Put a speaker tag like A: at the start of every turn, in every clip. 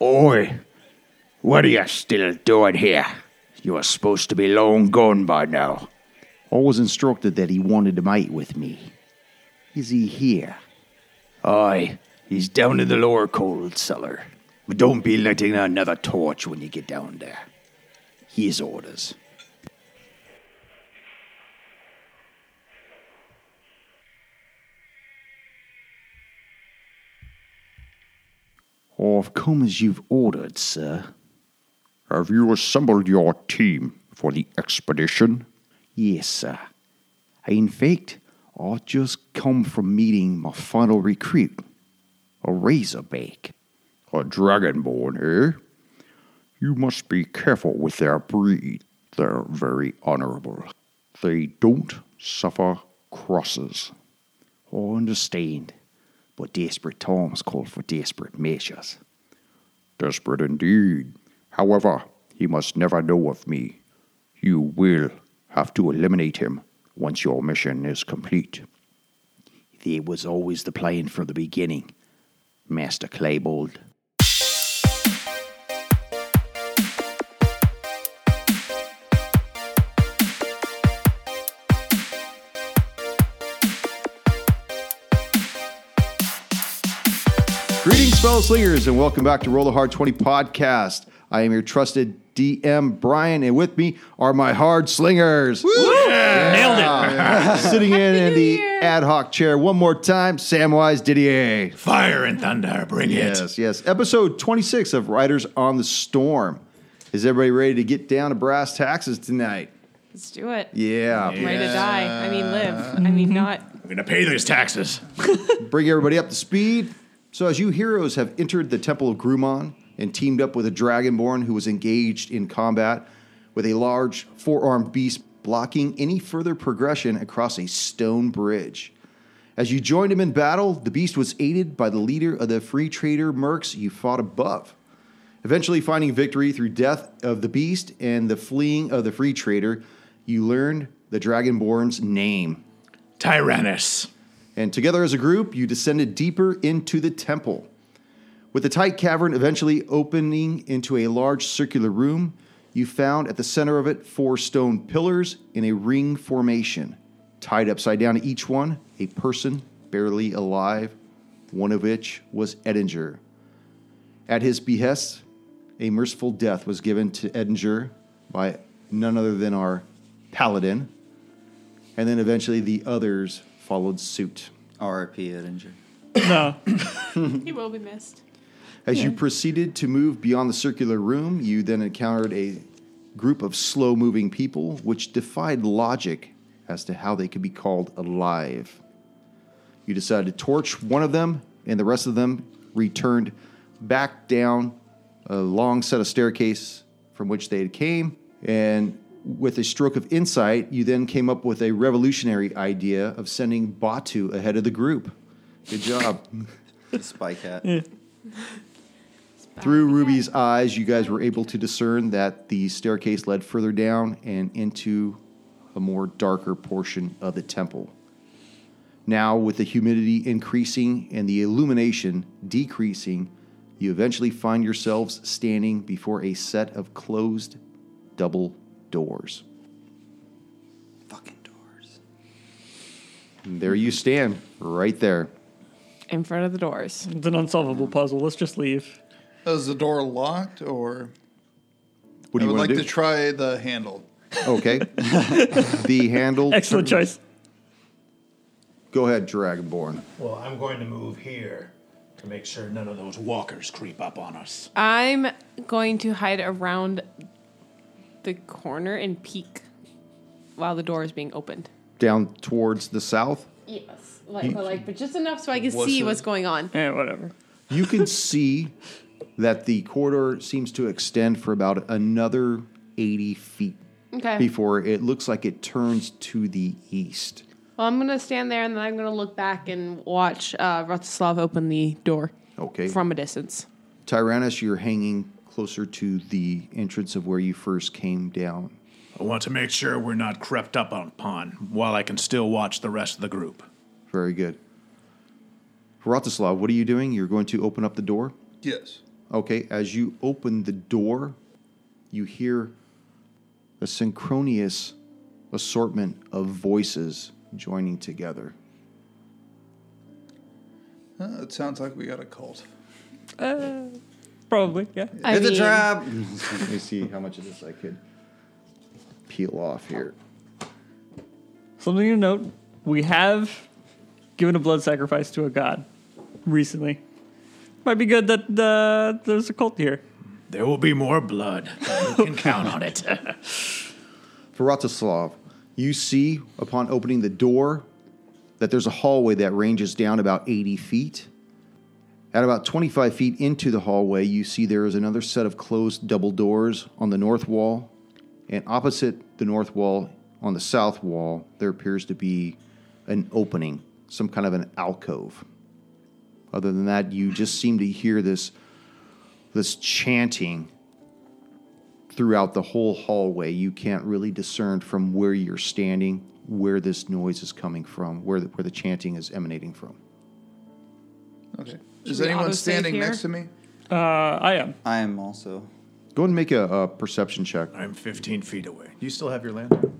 A: Oi, what are you still doing here? You are supposed to be long gone by now.
B: I was instructed that he wanted to mate with me. Is he here?
A: Aye, he's down in the lower cold cellar. But don't be lighting another torch when you get down there. His orders.
B: I've come as you've ordered, sir.
C: Have you assembled your team for the expedition?
B: Yes, sir. In fact, I just come from meeting my final recruit, a razorback.
C: A dragonborn, eh? You must be careful with their breed. They're very honorable. They don't suffer crosses.
B: I understand, but desperate times call for desperate measures.
C: Desperate indeed. However, he must never know of me. You will have to eliminate him once your mission is complete.
B: There was always the plan from the beginning, Master Claybold.
D: Greetings, fellow slingers, and welcome back to Roll the Hard 20 podcast. I am your trusted DM, Brian, and with me are my hard slingers.
E: Nailed it.
D: Sitting in, in the ad hoc chair one more time, Samwise Didier.
E: Fire and thunder, bring it.
D: Yes, yes. Episode 26 of Riders on the Storm. Is everybody ready to get down to brass taxes tonight?
F: Let's do it.
D: Yeah. Mm-hmm.
F: I'm ready to die. I mean, live. I mean, not.
E: I'm gonna pay these taxes.
D: bring everybody up to speed. So, as you heroes have entered the Temple of Grumon and teamed up with a dragonborn who was engaged in combat with a large four armed beast blocking any further progression across a stone bridge. As you joined him in battle, the beast was aided by the leader of the free trader mercs you fought above. Eventually, finding victory through death of the beast and the fleeing of the free trader, you learned the dragonborn's name
E: Tyrannus.
D: and together as a group, you descended deeper into the temple. With the tight cavern eventually opening into a large circular room, you found at the center of it four stone pillars in a ring formation. Tied upside down to each one, a person barely alive, one of which was Edinger. At his behest, a merciful death was given to Edinger by none other than our paladin, and then eventually the others followed suit.
G: RIP Edinger.
F: He will be missed.
D: As you proceeded to move beyond the circular room, you then encountered a group of slow moving people which defied logic as to how they could be called alive. You decided to torch one of them, and the rest of them returned back down a long set of staircase from which they had came. And with a stroke of insight, you then came up with a revolutionary idea of sending Batu ahead of the group. Good job.
G: The spy cat.
D: Through Ruby's eyes, you guys were able to discern that the staircase led further down and into a more darker portion of the temple. Now, with the humidity increasing and the illumination decreasing, you eventually find yourselves standing before a set of closed double doors.
G: Fucking doors.
D: And there you stand, right there.
F: In front of the doors.
H: It's an unsolvable puzzle. Let's just leave.
I: Is the door locked or?
D: What do
I: I
D: you want
I: would like
D: to
I: to
D: do?
I: try the handle.
D: okay. the handle.
H: Excellent choice.
D: Go ahead, Dragonborn.
E: Well, I'm going to move here to make sure none of those walkers creep up on us.
F: I'm going to hide around the corner and peek while the door is being opened.
D: Down towards the south.
F: Yes. Like, but, like, but just enough so I can see what's going on.
H: Yeah, Eh, whatever.
D: you can see that the corridor seems to extend for about another 80 feet
F: Okay.
D: before it looks like it turns to the east.
F: Well, I'm going to stand there and then I'm going to look back and watch uh, Vratislav open the door
D: Okay.
F: from a distance.
D: Tyrannus, you're hanging closer to the entrance of where you first came down.
E: I want to make sure we're not crept up upon while I can still watch the rest of the group.
D: Very good. Vratislav, what are you doing? You're going to open up the door?
I: Yes.
D: Okay, as you open the door, you hear a synchronous assortment of voices joining together.
I: Uh, it sounds like we got a cult.
H: Probably, yeah.
F: I
G: it's
F: mean,
G: a trap.
D: Let me see how much of this I could peel off here.
H: Something to note we have given a blood sacrifice to a god recently. Might be good that uh, there's a cult here.
E: There will be more blood. You can count on it.
D: Vratislav, you see upon opening the door that there's a hallway that ranges down about 80 feet. At about 25 feet into the hallway, you see there is another set of closed double doors on the north wall. And opposite the north wall, on the south wall, there appears to be an opening, some kind of an alcove. Other than that, you just seem to hear this, this chanting throughout the whole hallway. You can't really discern from where you're standing where this noise is coming from, where the, where the chanting is emanating from.
I: Okay. Is
F: we
I: anyone
F: autosave
I: standing
F: here?
I: next to me?
H: Uh, I am.
G: I am also.
D: Go ahead and make a, a perception check.
E: I'm 15 feet away. Do you still have your lantern?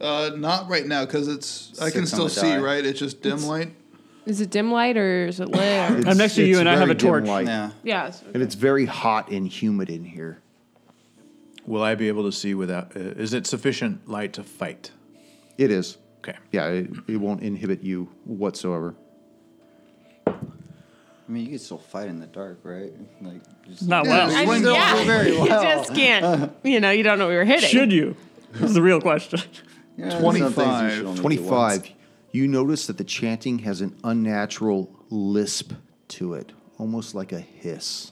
I: Uh, not right now because it's. I
G: Six
I: can
G: on
I: still
G: the
I: see,
G: die.
I: right? It's just dim light.
F: Is it dim light or is it lit?
H: I'm next to you
D: It's
H: and I have
D: very
H: a
D: dim
H: torch.
D: light,
G: Yeah.
F: yeah. it's-
D: And it's very hot and humid in here.
E: Will I be able to see without? Uh, is it sufficient light to fight?
D: It is.
E: Okay.
D: Yeah, it, it won't inhibit you whatsoever.
G: I mean, you can still fight in the dark, right? Like, just,
H: Not
I: Yeah,
H: well.
I: just
F: I mean,
I: window
F: yeah.
I: over very
F: you
I: well.
F: just can't. You know, you don't know what you're hitting.
H: Should you? This is the real question.
G: Yeah, some things you
I: 25.
G: should only do once.
D: 25. You notice that the chanting has an unnatural lisp to it, almost like a hiss.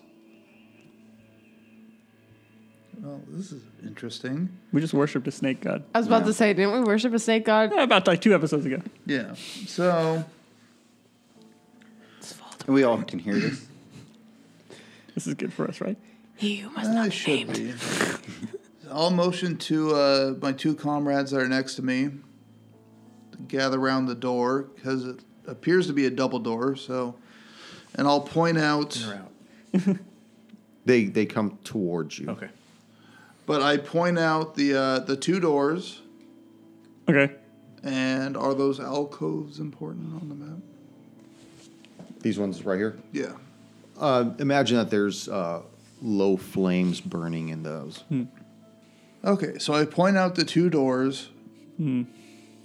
I: Well, this is interesting.
H: We just worshipped a snake god.
F: I was about to say, didn't we worship a snake god?
H: Eh, About like two episodes ago.
I: Yeah. So
G: And we all can hear this.
H: This is good for us, right?
F: You must
I: I
F: not be
I: should
F: named.
I: be. I'll motion to uh, my two comrades that are next to me to gather around the door because it appears to be a double door. So, and I'll point out,
D: They, they come towards
H: Oh.
D: you.
E: Okay.
I: but I point out the uh, the two doors.
H: Okay.
I: And are those alcoves important on the map?
D: These ones right here.
I: Yeah.
D: Uh, imagine that there's uh, low flames burning in those.
I: Okay, so I point out the two doors, and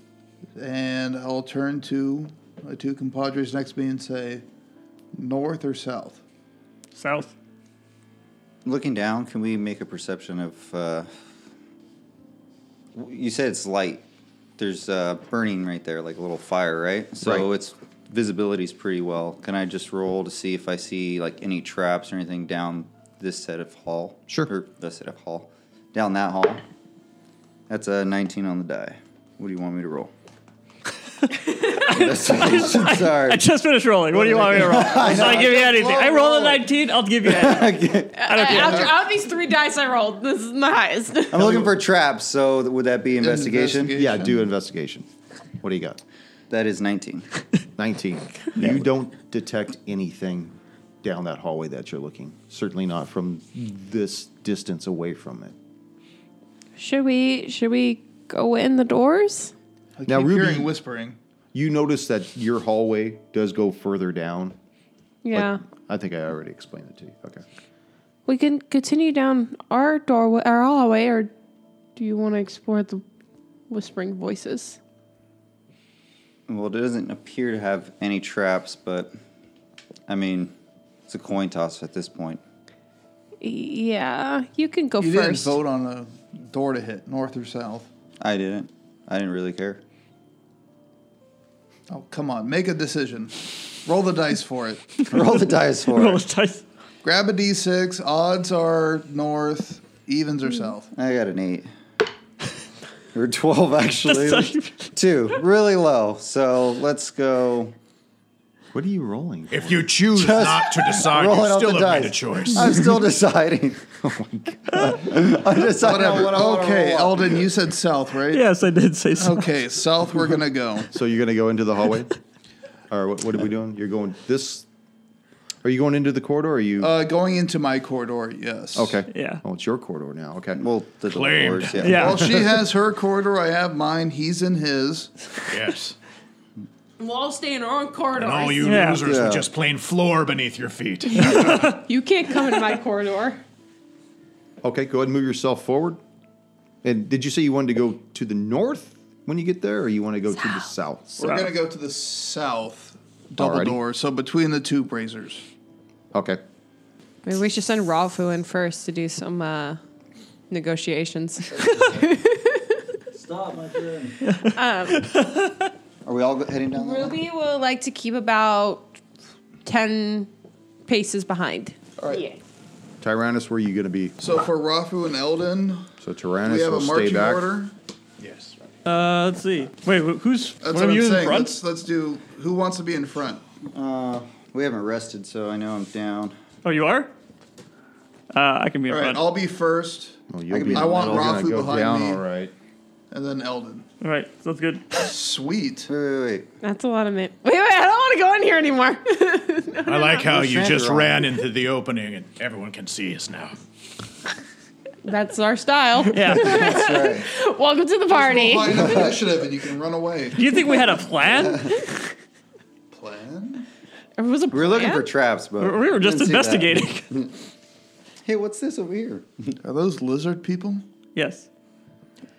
I: I'll turn to my two compadres next to me and say, north or south?
H: South.
G: Looking down, can we make a perception of? Uh, w- you said it's light. There's uh, burning right there, like a little fire, right? So
D: Right.
G: it's visibility's pretty well. Can I just roll to see if I see like any traps or anything down this set of hall?
D: Sure.
G: Or this set of hall, down that hall. That's a 19 on the die. What do you want me to roll? Investigation, sorry.
H: I just finished rolling. What do you want me to roll? I'll give you anything. I roll a 19. I'll give you anything. I don't care.
F: After out of these three dice I rolled, this is the highest.
G: I'm looking for traps, so th- would that be investigation?
D: Yeah, do investigation. What do you got?
G: That is 19.
D: 19. You don't detect anything down that hallway that you're looking. Certainly not from this distance away from it.
F: Should we? Should we go in the doors?
I: I
D: Now,
I: keep
D: Ruby-
I: hearing whispering.
D: You notice that your hallway does go further down. but
F: Yeah,
D: I think I already explained it to you. Okay.
F: we can continue down our doorway, our hallway, or do you want to explore the whispering voices?
G: Well, it doesn't appear to have any traps, but I mean, it's a coin toss at this point.
F: Yeah, you can go
I: You did didn't
F: first.
I: vote on a door to hit, north or south.
G: I didn't. I didn't really care.
I: Oh, come on, make a decision. Roll the dice for it.
G: Roll the dice for
H: Roll a
G: it.
H: dice.
I: Grab a d6. Odds are north, evens
D: Hmm.
I: are south.
G: I got an 8. Or 12, actually.
H: That's
G: It was Two. Really low. So let's go.
D: What are you rolling?
E: If you choose not to decide,
G: roll it
E: you
G: off
E: still
G: the
E: have made a
G: dice.
E: choice.
G: I'm still deciding. oh my God. I'm deciding on what I want
I: Okay,
G: to roll.
I: Elden, you said south, right?
H: Yes, I did say so.
I: Okay, south we're gonna go.
D: So you're going to go into the hallway? or what, what are we doing? You're going this Are you going into the corridor? Or are you
I: Uh, going into my corridor, yes.
D: okay?
H: Yeah.
D: Oh, it's your corridor now. Okay.
G: Well, the
E: Claimed.
G: doors, yeah.
H: Yeah.
I: Well, she has her corridor. I have mine. He's in his.
E: Yes.
F: We'll all stay in our own corridor.
E: And all you
H: Yeah.
E: losers
G: Yeah.
E: with just plain floor beneath your feet.
F: You can't come into my corridor.
D: Okay. Go ahead and move yourself forward. And did you say you wanted to go to the north when you get there, or you want to go to the south?
I: We're
H: South.
I: gonna go to the south double
D: Alrighty.
I: door. So between the two brazers.
D: Okay.
F: Maybe we should send Rafu in first to do some uh, negotiations.
J: Stop, my friend.
G: Are we all go- heading down there?
F: Ruby will like to keep about 10 paces behind.
I: All right.
D: Tyrannus, where are you going to be?
I: So for Rafu and Eldon,
D: So
I: do we
D: Tyrannus
I: have
D: will
I: a
D: stay
I: marching
D: back.
I: order.
E: yes.
H: Uh, let's see. Wait, wh- who's
I: That's
H: one
I: what
H: of
I: I'm
H: you in
I: saying.
H: front?
I: Let's let's do. Who wants to be in front?
G: Uh, we haven't rested, so I know I'm down.
H: Oh, you are. Uh, I can be in
I: All right,
H: front.
I: I'll be first,
D: Oh, you'll
G: I can
D: be
G: be-
D: in
I: I
D: the
I: want
D: middle. You're gonna
I: Rafu
D: go
I: behind
D: down,
I: me.
D: All right.
I: and then Eldon.
H: All right, sounds good.
I: Sweet.
G: Wait, wait, wait.
F: That's a lot of men. Wait, wait, I don't want to go in here anymore.
E: I like how you
G: Sandra
E: just
G: on.
E: ran into the opening and everyone can see us now.
F: That's our style.
H: Yeah.
G: That's right.
F: Welcome to the party.
I: Well, enough initiative, and you can run away.
H: Do you think we had a plan?
I: Plan.
F: It was a
G: We were looking
F: plan?
G: for traps, but
H: we were just
G: didn't see that.
H: investigating.
G: Hey, what's this over here?
I: Are those lizard people?
H: yes.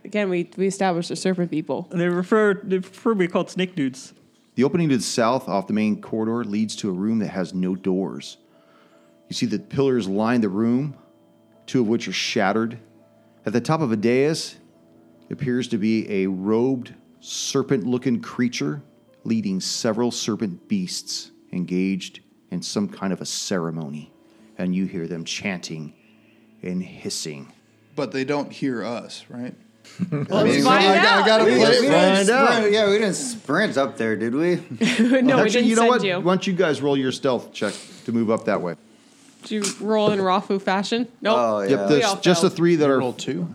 F: Again, we, we established the serpent people.
H: They refer they prefer to be called snake dudes.
D: The opening to the south off the main corridor leads to a room that has no doors. You see the pillars line the room, two of which are shattered. At the top of a dais appears to be a robed, serpent looking creature leading several serpent beasts engaged in some kind of a ceremony. And you hear them chanting and hissing.
I: But they don't hear us, right?
F: Let's
I: I,
F: find
I: I gotta
F: out.
I: play.
G: Wait, we
I: it
G: didn't
I: right.
G: sprint. Yeah, we didn't sprint up there, did we?
F: no, we
D: Actually,
F: didn't
D: you know
F: send
D: what?
F: you.
D: Why don't you guys roll your stealth check to move up that way?
F: Did you roll in Rafu fashion? Nope.
G: Oh, yeah.
D: Yep,
F: We
D: this,
F: all
D: just the
F: failed.
D: three that are
I: Roll two.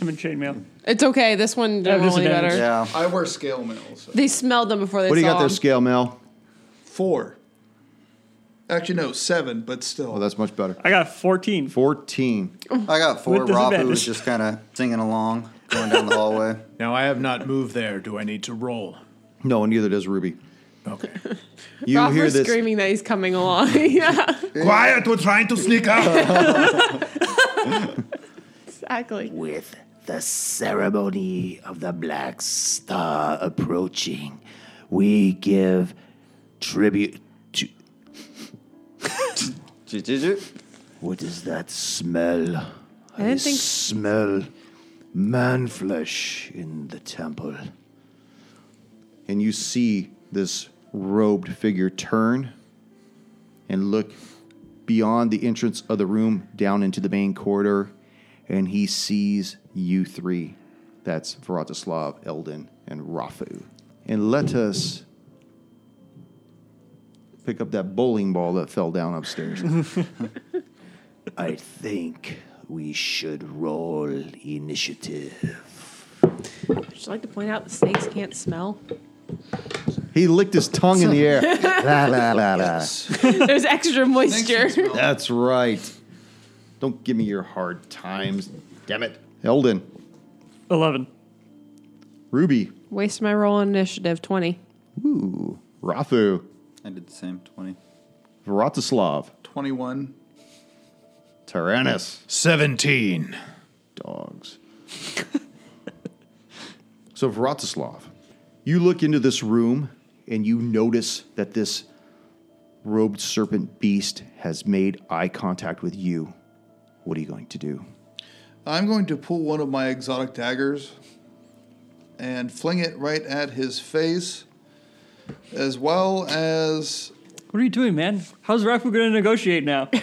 H: I'm in chainmail.
F: It's okay. This one didn't
H: Yeah,
F: roll any
H: disadvantage.
F: better.
G: Yeah.
I: I wear scale mails.
F: They smelled them before they
D: What do
F: saw
D: you got there,
F: them.
D: scale, Mel?
I: Four. Actually, no, seven, but still.
D: Oh, that's much better.
H: I got 14.
D: 14.
G: I got four.
H: With
G: Rob
H: disadvantage.
G: was just kind of singing along, going down the hallway.
E: Now, I have not moved there. Do I need to roll?
D: No, neither does Ruby.
E: Okay.
D: You
F: Rafu's
D: hear this.
F: screaming that he's coming along. yeah,
E: Quiet, we're trying to sneak up.
F: exactly.
A: With the ceremony of the Black Star approaching, we give tribute to.
G: J- j- j-
A: What is that smell?
F: I didn't think
A: Smell man flesh in the temple.
D: And you see this robed figure turn and look beyond the entrance of the room down into the main corridor. And he sees you three. That's Vratislav, Eldon, and Rafu. And let us pick up that bowling ball that fell down upstairs.
A: I think we should roll initiative.
F: I'd just like to point out the snakes can't smell.
D: he licked his tongue in the air. La, la, la, la.
F: There's extra moisture.
D: That's right. Don't give me your hard times. Damn it. Eldon,
H: 11.
D: Ruby,
F: Waste my roll on initiative twenty.
D: ooh, Rathu,
G: I did the same. Twenty.
D: Vratislav,
I: 21.
D: Tyrannus,
E: 17.
D: dogs. so, Vratislav, you look into this room and you notice that this robed serpent beast has made eye contact with you. What are you going to do?
I: I'm going to pull one of my exotic daggers and fling it right at his face, as well as
H: What are you doing, man? How's Rafu going to negotiate now?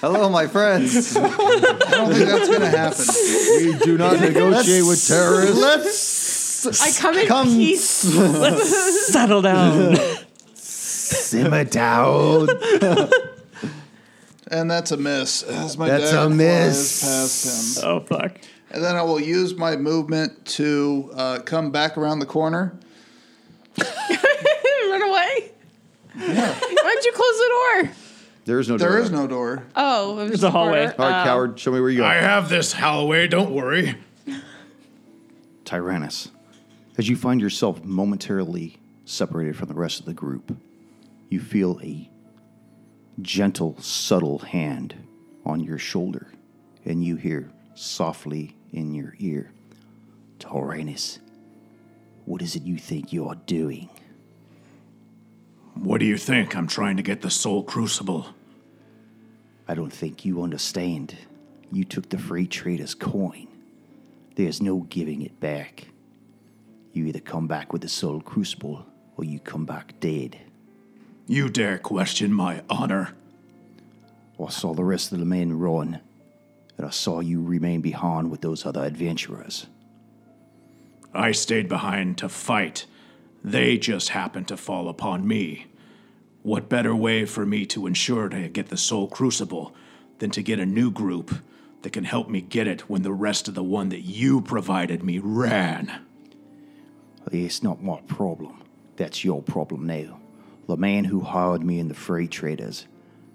G: Hello, my friends. I don't think that's gonna happen.
D: We do not negotiate with terrorists.
F: I come in
G: Come-
F: peace.
H: Settle down.
A: Simmer down.
I: and that's a miss. As my
A: That's
I: dagger
A: a
I: flies
A: miss.
I: Past him,
H: oh, fuck.
I: and then I will use my movement to uh, come back around the corner
F: Run away. Why don't you close the door?
D: There is no
I: There
D: door.
I: is no door.
F: Oh, it was
H: It's a
F: just
H: hallway.
F: corner.
D: All right,
F: Oh.
D: coward, show me where you go.
E: I have this, Holloway. Don't worry.
B: Tyrannus, as you find yourself momentarily separated from the rest of the group, you feel a gentle, subtle hand on your shoulder, and you hear softly in your ear, Tyrannus, what is it you think you're doing?
E: What do you think? I'm trying to get the soul crucible.
B: I don't think you understand. You took the free trader's coin. There's no giving it back. You either come back with the soul crucible or you come back dead.
E: You dare question my honor.
B: I saw the rest of the men run, and I saw you remain behind with those other adventurers.
E: I stayed behind to fight. They just happened to fall upon me. What better way for me to ensure to get the soul crucible than to get a new group that can help me get it when the rest of the one that you provided me ran?
B: It's not my problem. That's your problem now. The man who hired me and the free traders,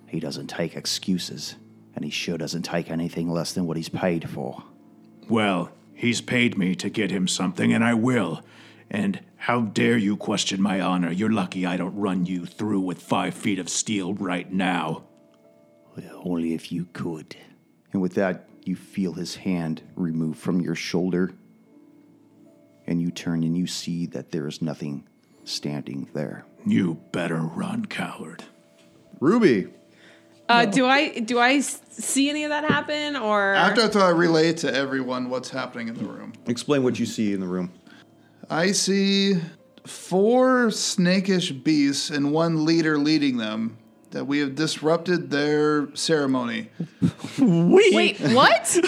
B: he doesn't take excuses, and he sure doesn't take anything less than what he's paid for.
E: Well, he's paid me to get him something, and I will. And how dare you question my honor? You're lucky I don't run you through with five feet of steel right now.
B: Only if you could. And with that, you feel his hand removed from your shoulder, and you turn and you see that there is nothing standing there.
E: You better run, coward.
D: Ruby.
F: Uh, Do I do I s- see any of that happen or
I: After I thought I relayed to everyone what's happening in the room,
D: Explain what you see in the room.
I: I see four snakish beasts and one leader leading them that we have disrupted their ceremony.
H: We
F: Wait, what?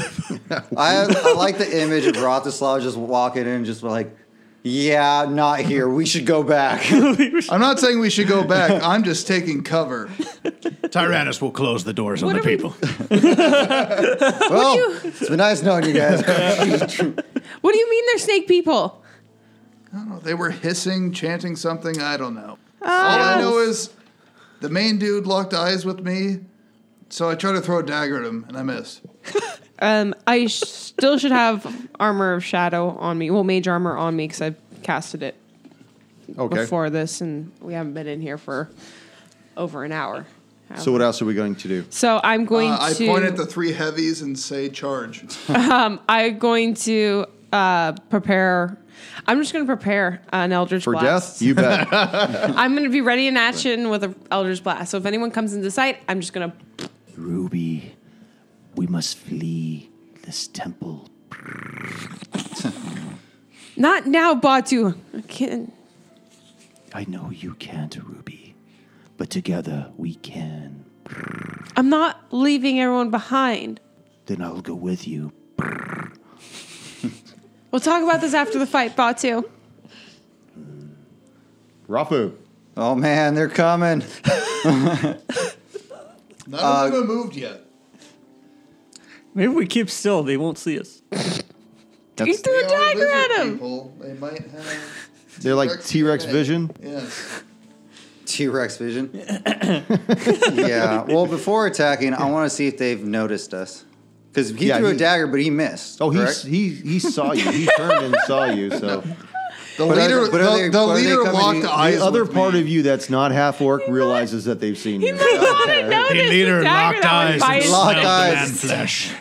G: I, I like the image of Rotislav just walking in, just like, yeah, not here. We should go back.
I: I'm not saying we should go back. I'm just taking cover.
E: Tyrannus will close the doors on
F: What
E: the
F: are we-
E: people.
G: well, it's been nice knowing you guys.
F: what do you mean they're snake people?
I: I don't know. They were hissing, chanting something. I don't know.
F: Ah,
I: All I know is the main dude locked eyes with me, so I tried to throw a dagger at him and I missed.
F: Um, I sh- still should have armor of shadow on me. Well, mage armor on me because I casted it
D: Okay.
F: before this, and we haven't been in here for over an hour.
D: So what else are we going to do?
F: So I'm going
I: Uh, I
F: to.
I: point at the three heavies and say, "Charge!"
F: I'm going to uh, prepare. I'm just going to prepare an Eldritch
D: For
F: Blast.
D: death? You bet.
F: I'm going to be ready in action with an Eldritch Blast. So if anyone comes into sight, I'm just going to.
B: Ruby, we must flee this temple.
F: Not now, Batu. I can't.
B: I know you can't, Ruby, but together we can.
F: I'm not leaving everyone behind.
B: Then I'll go with you.
F: We'll talk about this after the fight, Batu.
D: Rafu.
G: oh man, they're coming.
I: None
G: Uh,
I: of them have moved yet.
H: maybe we keep still. They won't see us.
F: You threw a
I: They are
F: dagger at
I: lizard
F: him.
I: People. They might have.
D: They're like T Rex vision.
I: Yes.
G: T Rex vision. yeah. Well, before attacking, I want to see if they've noticed us. Because he
D: Yeah,
G: threw
D: he-
G: a dagger, but he missed.
D: Oh, he
G: correct?
D: he he saw you. He turned and saw you. So
I: The
G: But are
I: leader,
G: they- but
I: the,
G: are they-
I: the
G: but are they
I: leader
G: coming
I: locked
G: in- the
I: eyes.
D: the other
I: with
D: part
I: me.
D: of you that's not half orc realizes that they've seen you.
F: I didn't know
E: The
F: this.
E: leader
F: The dagger
E: locked
F: that
E: eyes
F: went by
E: and
F: his-
G: Locked
E: smelled the
G: eyes.
E: man flesh.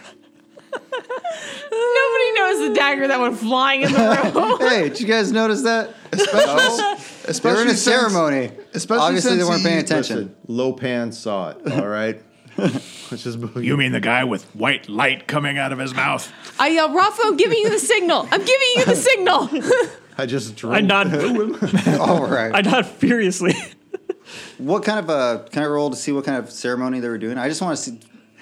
F: Nobody knows the dagger that went flying in the room.
G: Hey, did you guys notice that?
I: especially, especially
G: They're in a
I: since-
G: ceremony.
I: especially
G: Obviously, they
I: since
G: weren't paying
I: he-
G: attention.
D: Listen, Lopan saw it. All right. Let's just move.
E: You mean the guy with white light coming out of his mouth?
F: I yell, Rafa, I'm giving you the signal. I'm giving you the signal.
D: I just
H: I
D: drove.
H: nod.
G: All right.
H: I nod furiously.
G: What kind of uh, can I roll to see what kind of ceremony they were doing? I just want to see.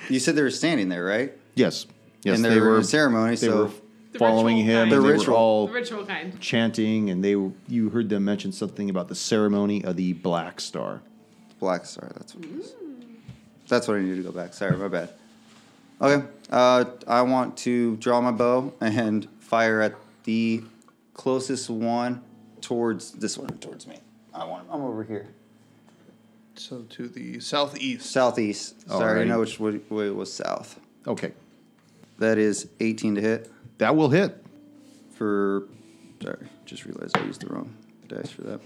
G: You said they were standing there, right?
D: Yes. Yes.
G: And they
D: they
G: were in
D: were
G: a ceremony,
D: They
G: so-
D: were
F: The
D: following
F: ritual
D: him.
F: kind.
D: and
G: The
D: they were
G: ritual.
D: all
F: ritual kind.
D: chanting, and they you heard them mention something about the ceremony of the black star.
G: Black Star. That's what it is. That's what I need to go back. Sorry, my bad. Okay. Uh, I want to draw my bow and fire at the closest one towards this one towards me. I want. I'm over here.
I: So to the southeast.
G: Southeast. Sorry, I
D: Alrighty.
G: know which way way was south.
D: Okay.
G: That is 18 to hit
D: That will hit.
G: for. Sorry, just realized I used the wrong dice for that.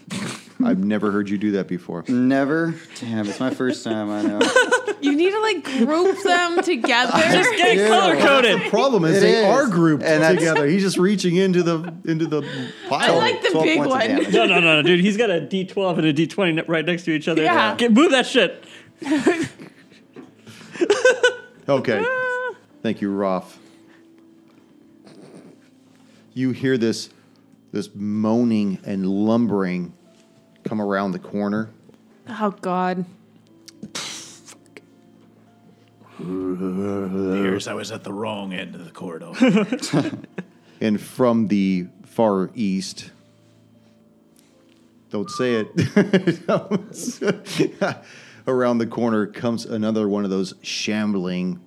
D: I've never heard you do that before.
G: Never. Damn, it's my first time. I know.
F: You need to like group them together. Just
H: Get color coded.
D: The problem is
G: It
D: they
G: is.
D: are grouped
G: And that's-
D: together. He's just reaching into the into the
F: I
D: pile.
F: like the
G: 12
F: big
G: points of
F: one.
G: damage.
H: No, no, no, no, dude. He's got a D12 and a D20 ne- right next to each other.
F: Yeah.
H: Get, move that shit.
D: Okay. Thank you, Roth. You hear this this moaning and lumbering come around the corner.
F: Oh God.
E: Here's I was at the wrong end of the corridor.
D: And from the far east. Don't say it. around the corner comes another one of those shambling,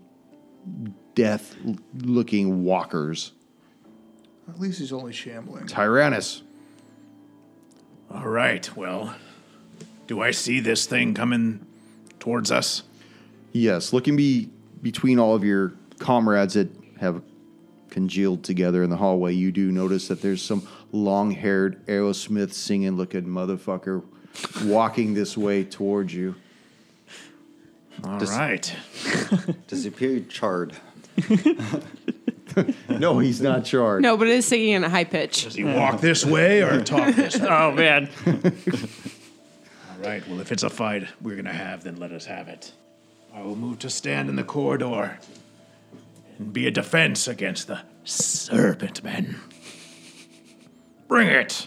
D: death looking walkers.
I: At least he's only shambling.
D: Tyrannus.
E: All right, well, do I see this thing coming towards us?
D: Yes, looking be between all of your comrades that have congealed together in the hallway, you do notice that there's some long-haired Aerosmith singing looking motherfucker walking this way towards you.
E: All right.
G: Does he appear charred?
D: No, he's not charred.
F: No, but it is singing in a high pitch.
E: Does he walk this way or talk this way?
H: Oh, man.
E: All right, well, if it's a fight we're going to have, then let us have it. I will move to stand in the corridor and be a defense against the serpent men. Bring it!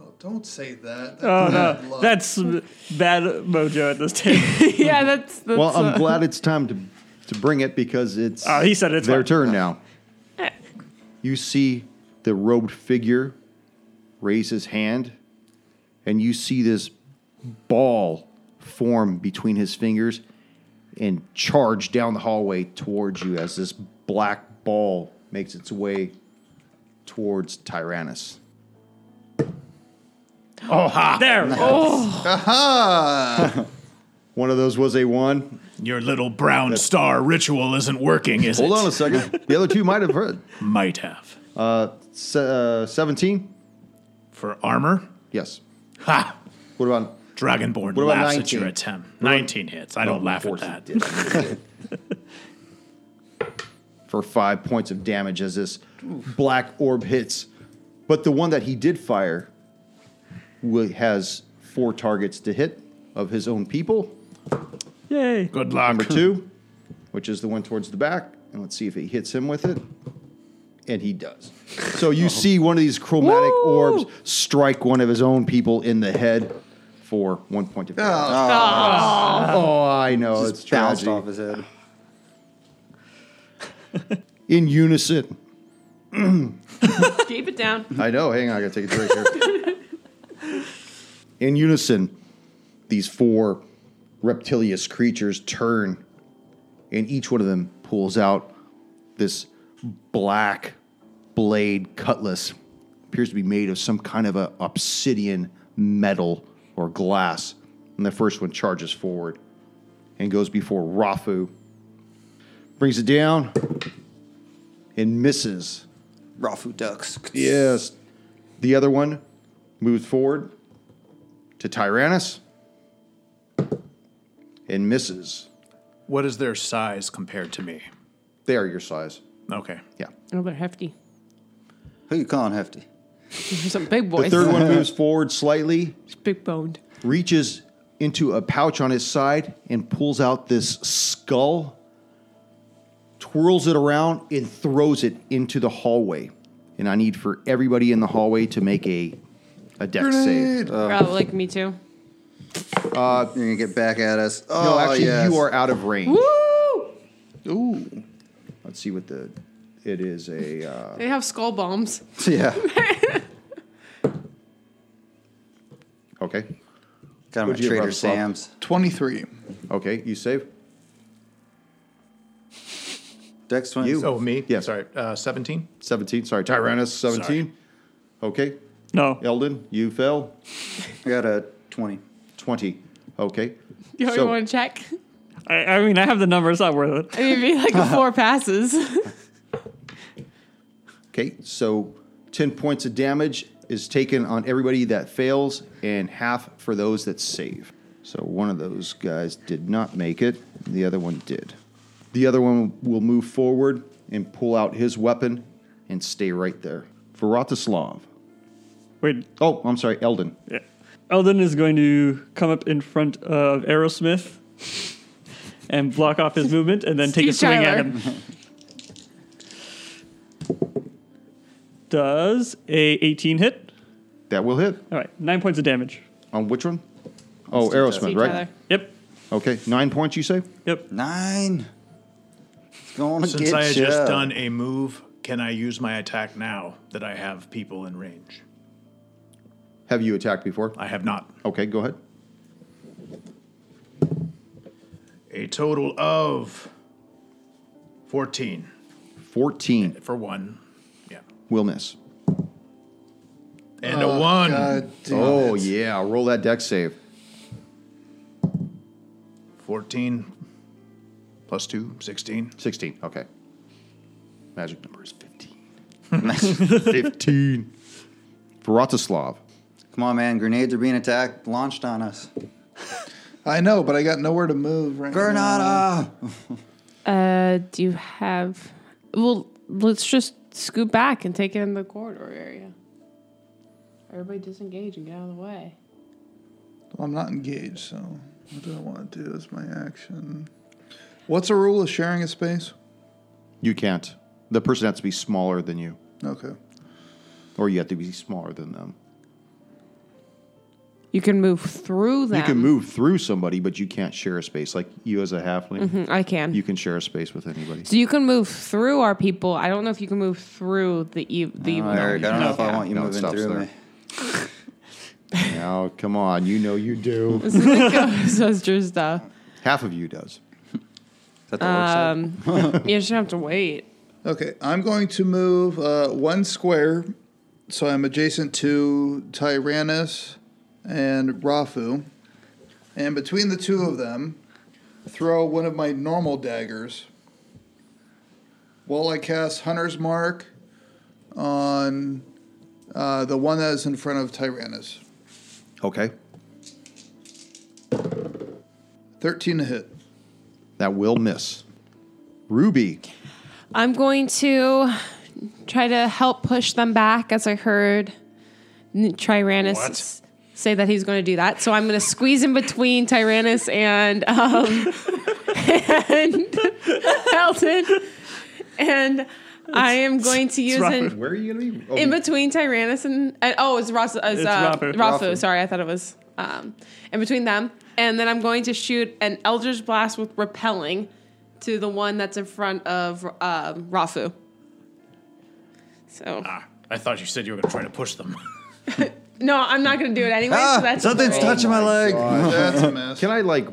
I: Oh, don't say that.
H: Oh,
I: That's
H: no.
I: luck.
H: That's bad mojo at this table.
F: yeah, that's. that's
D: Well,
F: uh,
D: I'm glad it's time to to bring it because it's
H: Oh, he said it's
D: their
H: fine.
D: turn now. You see the robed figure raise his hand, and you see this ball form between his fingers and charge down the hallway towards you as this black ball makes its way towards Tyrannus.
H: There. Oh.
D: One of those was a one.
E: Your little brown star ritual isn't working, is
D: Hold
E: it?
D: on a second. The other two might have heard.
E: Might have.
D: Uh, se- uh, 17?
E: For armor?
D: Yes.
E: Ha!
D: What about
E: Dragonborn
D: What about
E: laughs at your
D: 19?
E: attempt. 19 hits. I don't laugh at that.
D: for five points of damage as this black orb hits. But the one that he did fire wi- has four targets to hit of his own people.
H: Oh. Yay.
E: Good luck.
D: Number two, which is the one towards the back. And let's see if he hits him with it. And he does. So
G: Oh.
D: you see one of these chromatic orbs strike one of his own people in the head for one point of damage.
G: Oh,
D: Oh, I know.
G: just
D: it's
G: bounced
D: tragic.
G: off his head.
D: In unison.
F: Keep it down.
D: I know. Hang on, I gotta take a drink here. In unison, these four reptilious creatures turn, and each one of them pulls out this black blade cutlass. Appears to be made of some kind of a obsidian metal or glass. And the first one charges forward and goes before Rafu. Brings it down and misses.
G: Rafu ducks.
D: Yes. The other one moves forward to Tyrannus and misses.
E: What is their size compared to me?
D: They are your size.
E: Okay.
D: Yeah.
F: Oh, they're hefty.
G: Who you calling hefty?
F: There's some big
D: The
F: boys.
D: third one moves forward slightly,
F: It's big boned.
D: reaches into a pouch on his side, and pulls out this skull, twirls it around, and throws it into the hallway. And I need for everybody in the hallway to make a a deck save.
F: Probably like me too.
G: You're gonna get back at us. Oh,
D: Uh, No, actually,
G: yes.
D: you are out of range.
F: Woo!
D: Uh,
I: Ooh.
D: Let's see what the it is a uh,
F: They have skull bombs.
G: Yeah.
D: okay.
G: Got him
D: What'd
G: at
D: you get,
G: Trader
D: Rough Slob?
G: Sam's.
I: 23.
D: Okay, you save.
G: Dex 20.
D: You.
E: Oh, me?
D: Yeah.
E: Sorry. Uh, 17?
D: 17, sorry, Tyrannus, 17.
E: Sorry.
D: Okay,
H: No.
D: Eldon, you fell.
G: I got a 20.
D: 20. Okay.
F: You
D: So-
F: want to check?
H: I, I mean, I have the number. It's not worth it.
F: I mean, it'd be like four passes.
D: Okay, so 10 points of damage is taken on everybody that fails and half for those that save. So one of those guys did not make it, the other one did. The other one will move forward and pull out his weapon and stay right there. Vratislav.
H: Wait,
D: Oh, I'm sorry, Eldon.
H: Yeah. Eldon is going to come up in front of Aerosmith and block off his movement and then take a
F: Steve
H: swing at
F: Tyler.
H: him. Does a 18 hit?
D: That will hit.
H: All right, nine points of damage.
D: On which one? Oh, Aerosmith,
F: Steve
D: right?
F: Tyler.
H: Yep,
D: Okay, nine points, you say?
H: yep.
G: Nine. It's going to
E: Since
G: get
E: I had
G: ya.
E: just done a move, can I use my attack now that I have people in range?
D: Have you attacked before?
E: I have not.
D: Okay, go ahead.
E: A total of 14
D: 14
E: for one. Yeah.
D: will miss.
E: And a one.
I: God damn
D: Oh,
I: it.
D: yeah, roll that deck save.
E: 14 plus 2, 16.
D: 16. Okay. Magic number is 15. 15. Vratislav.
G: Come on, man. Grenades are being attacked, launched on us.
I: I know, but I got nowhere to move right now.
G: Granada.
F: Uh, do you have? Well, let's just scoot back and take it in the corridor area. Everybody disengage and get out of the way.
I: Well, I'm not engaged, so what do I want to do is my action. What's the rule of sharing a space?
D: You can't. The person has to be smaller than you,
I: Okay.
D: or you have to be smaller than them.
F: You can move through them.
D: You can move through somebody, but you can't share a space. Like you as a halfling,
F: Mm, I can.
D: you can share a space with anybody.
F: so you can move through our people. I don't know if you can move through the ev- the
G: Oh, Eric, I don't know if I
F: Yeah.
G: want you
D: No, it
G: moving
D: stops
G: through
D: there.
G: me.
D: now, come on. You know you do.
F: This is the Ghostbuster stuff.
D: Half of you does.
G: Is that the orc side?
F: You just have to wait.
I: Okay, I'm going to move uh, one square, so I'm adjacent to Tyrannus and Rafu, and between the two of them, throw one of my normal daggers. While I cast Hunter's Mark on uh, the one that is in front of Tyrannus,
D: Okay.
I: thirteen to hit.
D: That will miss. Ruby.
F: I'm going to try to help push them back as I heard N- Tyrannus
E: What?
F: s- say that he's going to do that. So I'm going to squeeze in between Tyrannus and um, and Elton, and I am going to use
H: Rafu.
F: an
D: Where are you going to be? Oh,
F: in between Tyrannus and, and oh, it's Ross, uh, it's,
H: It's
F: uh,
H: Rafu.
F: Rafu.
H: Rafu.
F: Sorry, I thought it was um, in between them. And then I'm going to shoot an Eldritch Blast with repelling to the one that's in front of uh, Rafu. So
E: Ah, I thought you said you were going to try to push them.
F: no, I'm not going to do it anyway.
D: Ah,
F: so that's
G: Something's
F: great.
G: touching my leg.
I: That's a mess.
D: Oh Can I like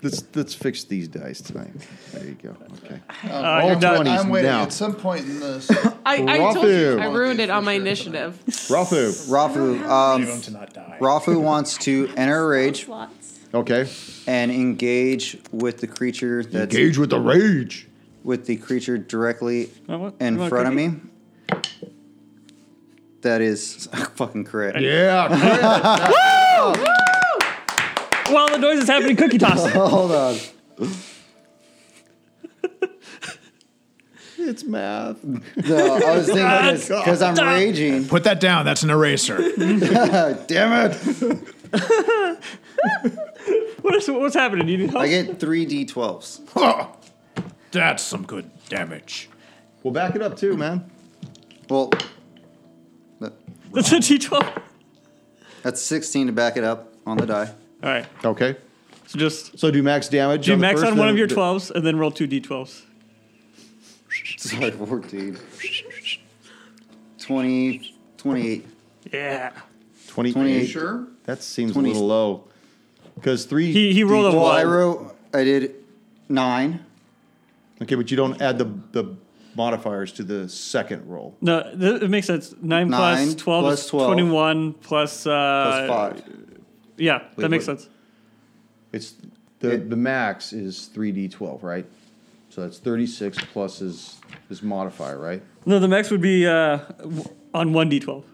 D: let's let's fix these dice tonight. There you go. Okay.
H: Uh, you're not-
D: twenty.
I: I'm waiting
D: now.
I: at some point in this.
F: I, I told you
D: Rafu.
F: I ruined it on my initiative.
D: Rafu.
G: Rafu,
E: Leave them
G: um,
E: to not die.
G: Rafu wants to enter a rage
F: Slots.
D: Okay.
G: and engage with the creature that's
C: Engage with the rage.
G: with the creature directly
H: I want-
G: in
H: I want
G: front of
H: cookie.
G: me. That is a fucking correct.
C: Yeah.
H: While the noise is happening, cookie toss.
G: Hold on.
D: It's math.
G: No, I was thinking because I'm raging.
E: Put that down. That's an eraser.
G: Damn it!
H: what is, what's happening? You need help?
G: I get three d12s.
E: That's some good damage.
D: We'll back it up too, man.
G: Well,
H: That's a D12. All
G: that's 16 to back it up on the die.
H: right,
D: Okay.
H: so just
D: So do max damage.
H: do
D: on the
H: max
D: first
H: on one
D: then-
H: of your 12s and then roll two D12s.
G: It's like 14. 20, 28.
H: Yeah.
D: 20,
G: 28.
I: Sure.
D: That seems
G: Twenty-
D: a little low. Because three.
H: He, he rolled a
G: Well, I
H: one.
G: wrote, I did nine.
D: okay, but you don't add the the modifiers to the second roll.
H: No, th- it makes sense. Nine, plus
G: Nine
H: 12
G: plus
H: is
G: 12.
H: 21 plus. Uh,
G: That's five.
H: Yeah, that makes
G: what?
H: sense.
D: It's the the max is three d twelve, right? So that's thirty six plus his his modifier, right?
H: No, the max would be uh, w- on 1d12.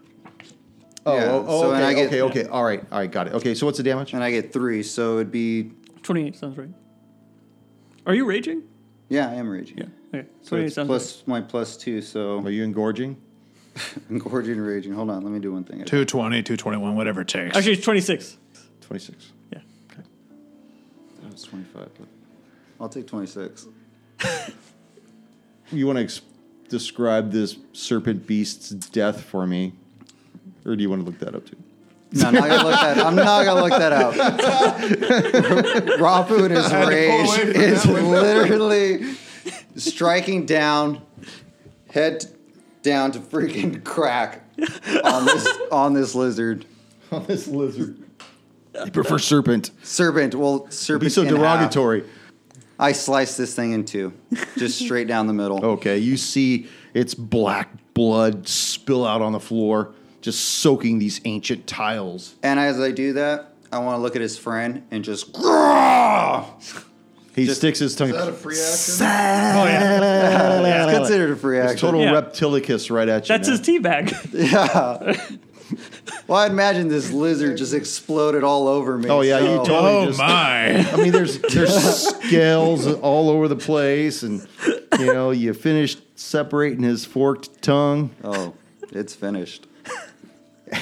D: Oh,
G: Yeah,
D: oh, oh,
G: so
D: okay,
G: and I get-
D: okay, okay. All right, all right, got it. Okay, so what's the damage?
G: and I get three, so it'd be
H: 28 sounds right. Are you raging?
G: yeah, I am raging. Yeah.
H: Okay,
G: So
H: 28
G: it's
H: sounds right.
G: plus my plus two, so
D: Are you engorging?
G: I'm gorging and raging. Hold on, let me do one thing.
E: 220, 221, whatever it takes.
H: Actually, it's 26.
D: Twenty six.
H: Yeah.
G: It's 25. But I'll take 26.
D: You want to ex- describe this serpent beast's death for me, or do you want to look that up too?
G: No, I'm not gonna look that. I'm not gonna look that up. Rafu and his rage is literally striking down, head down to freaking crack on this on this lizard
D: On this lizard. You prefer serpent.
G: serpent. Well, serpent.
D: Be so
G: in half.
D: derogatory.
G: I slice this thing in two, just straight down the middle.
D: Okay, you see its black blood spill out on the floor, just soaking these ancient tiles.
G: And as I do that, I want to look at his friend and just. It's
D: He sticks his tongue.
I: Is that a free action?
H: Oh, yeah.
G: considered a free action.
D: It's total
H: Yeah.
D: reptilicus right at you.
H: That's his tea bag.
G: Yeah. well, I imagine this lizard just exploded all over me.
D: Oh yeah, you
G: so-
D: totally
E: oh
D: just.
E: my.
D: I mean, there's there's scales all over the place, and you know you finished separating his forked tongue.
G: Oh, it's finished.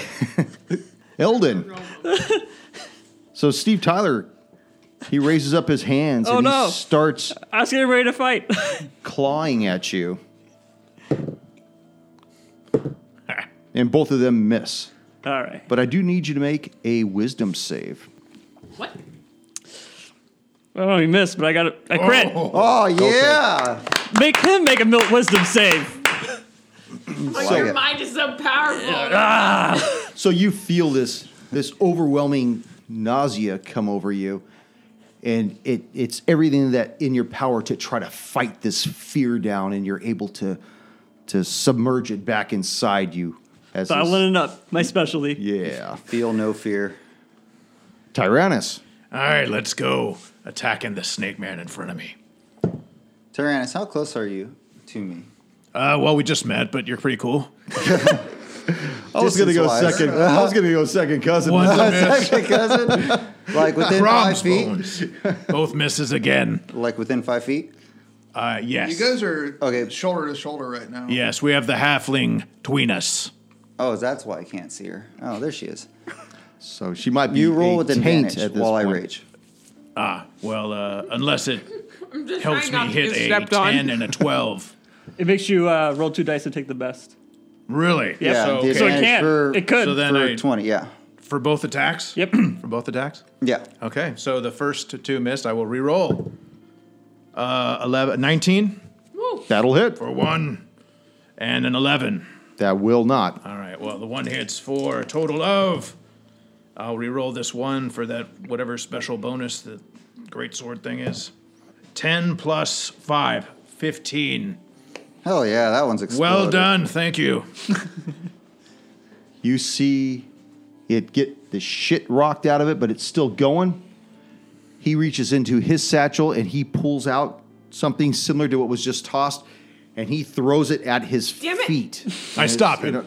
D: Eldon. So Steve Tyler, he raises up his hands
H: Oh,
D: and he
H: no.
D: starts
H: Ask everybody to fight.
D: clawing at you, and both of them miss.
H: All right.
D: But I do need you to make a wisdom save.
F: What?
H: Oh, he missed, but I got it. I crit.
G: Oh yeah.
H: Make him make a mil- wisdom save.
F: Oh, your mind is so powerful.
H: Ah,
D: So you feel this this overwhelming nausea come over you, and it it's everything that in your power to try to fight this fear down, and you're able to to submerge it back inside you. As this-
H: Dialing it up. My specialty.
D: yeah,
G: Feel no fear.
D: Tyrannus.
E: All right, let's go. Attacking the snake man in front of me.
G: Tyrannus, how close are you to me?
E: Uh, well, we just met, but you're pretty cool.
D: I was gonna go
G: Distance-wise.
D: second. I was gonna go second cousin.
E: One's a miss.
G: Second cousin? like within five
E: Rob's
G: feet.
E: bones. Both misses again.
G: Like within five feet.
E: Uh, yes.
I: You guys are
G: Okay.
I: shoulder to shoulder right now.
E: yes, we have the halfling tween us.
G: Oh, that's why I can't see her. Oh, there she is.
D: So she might be
G: You roll
D: a
G: with
D: taint
G: advantage
D: at this
G: while I
D: point.
G: rage.
E: Ah, well, uh, unless it helps
F: trying
E: me
F: not to
E: hit
F: get
E: a
F: stepped on.
E: 10 and a 12.
H: It makes you uh, roll two dice and take the best.
E: Really?
G: Yeah,
E: So,
G: the
E: okay.
H: So it
G: advantage
H: can't.
G: for-
H: it could.
E: So then
G: For
E: I,
G: twenty, yeah.
E: for both attacks?
H: yep.
E: For both attacks?
G: Yeah.
E: Okay, so the first two missed. I will re-roll. Uh, 11, 19
D: That'll hit.
E: for one and an 11.
D: That will not.
E: All right, well, the one hits for a total of... I'll re-roll this one for that whatever special bonus the great sword thing is. 10 plus 5, 15.
G: Hell yeah, that one's exploded.
E: Well done, thank you.
D: You see it get the shit rocked out of it, but it's still going. He reaches into his satchel and he pulls out something similar to what was just tossed and he throws it at his
F: Damn it.
D: feet.
E: I stop
D: you
E: it.
D: know-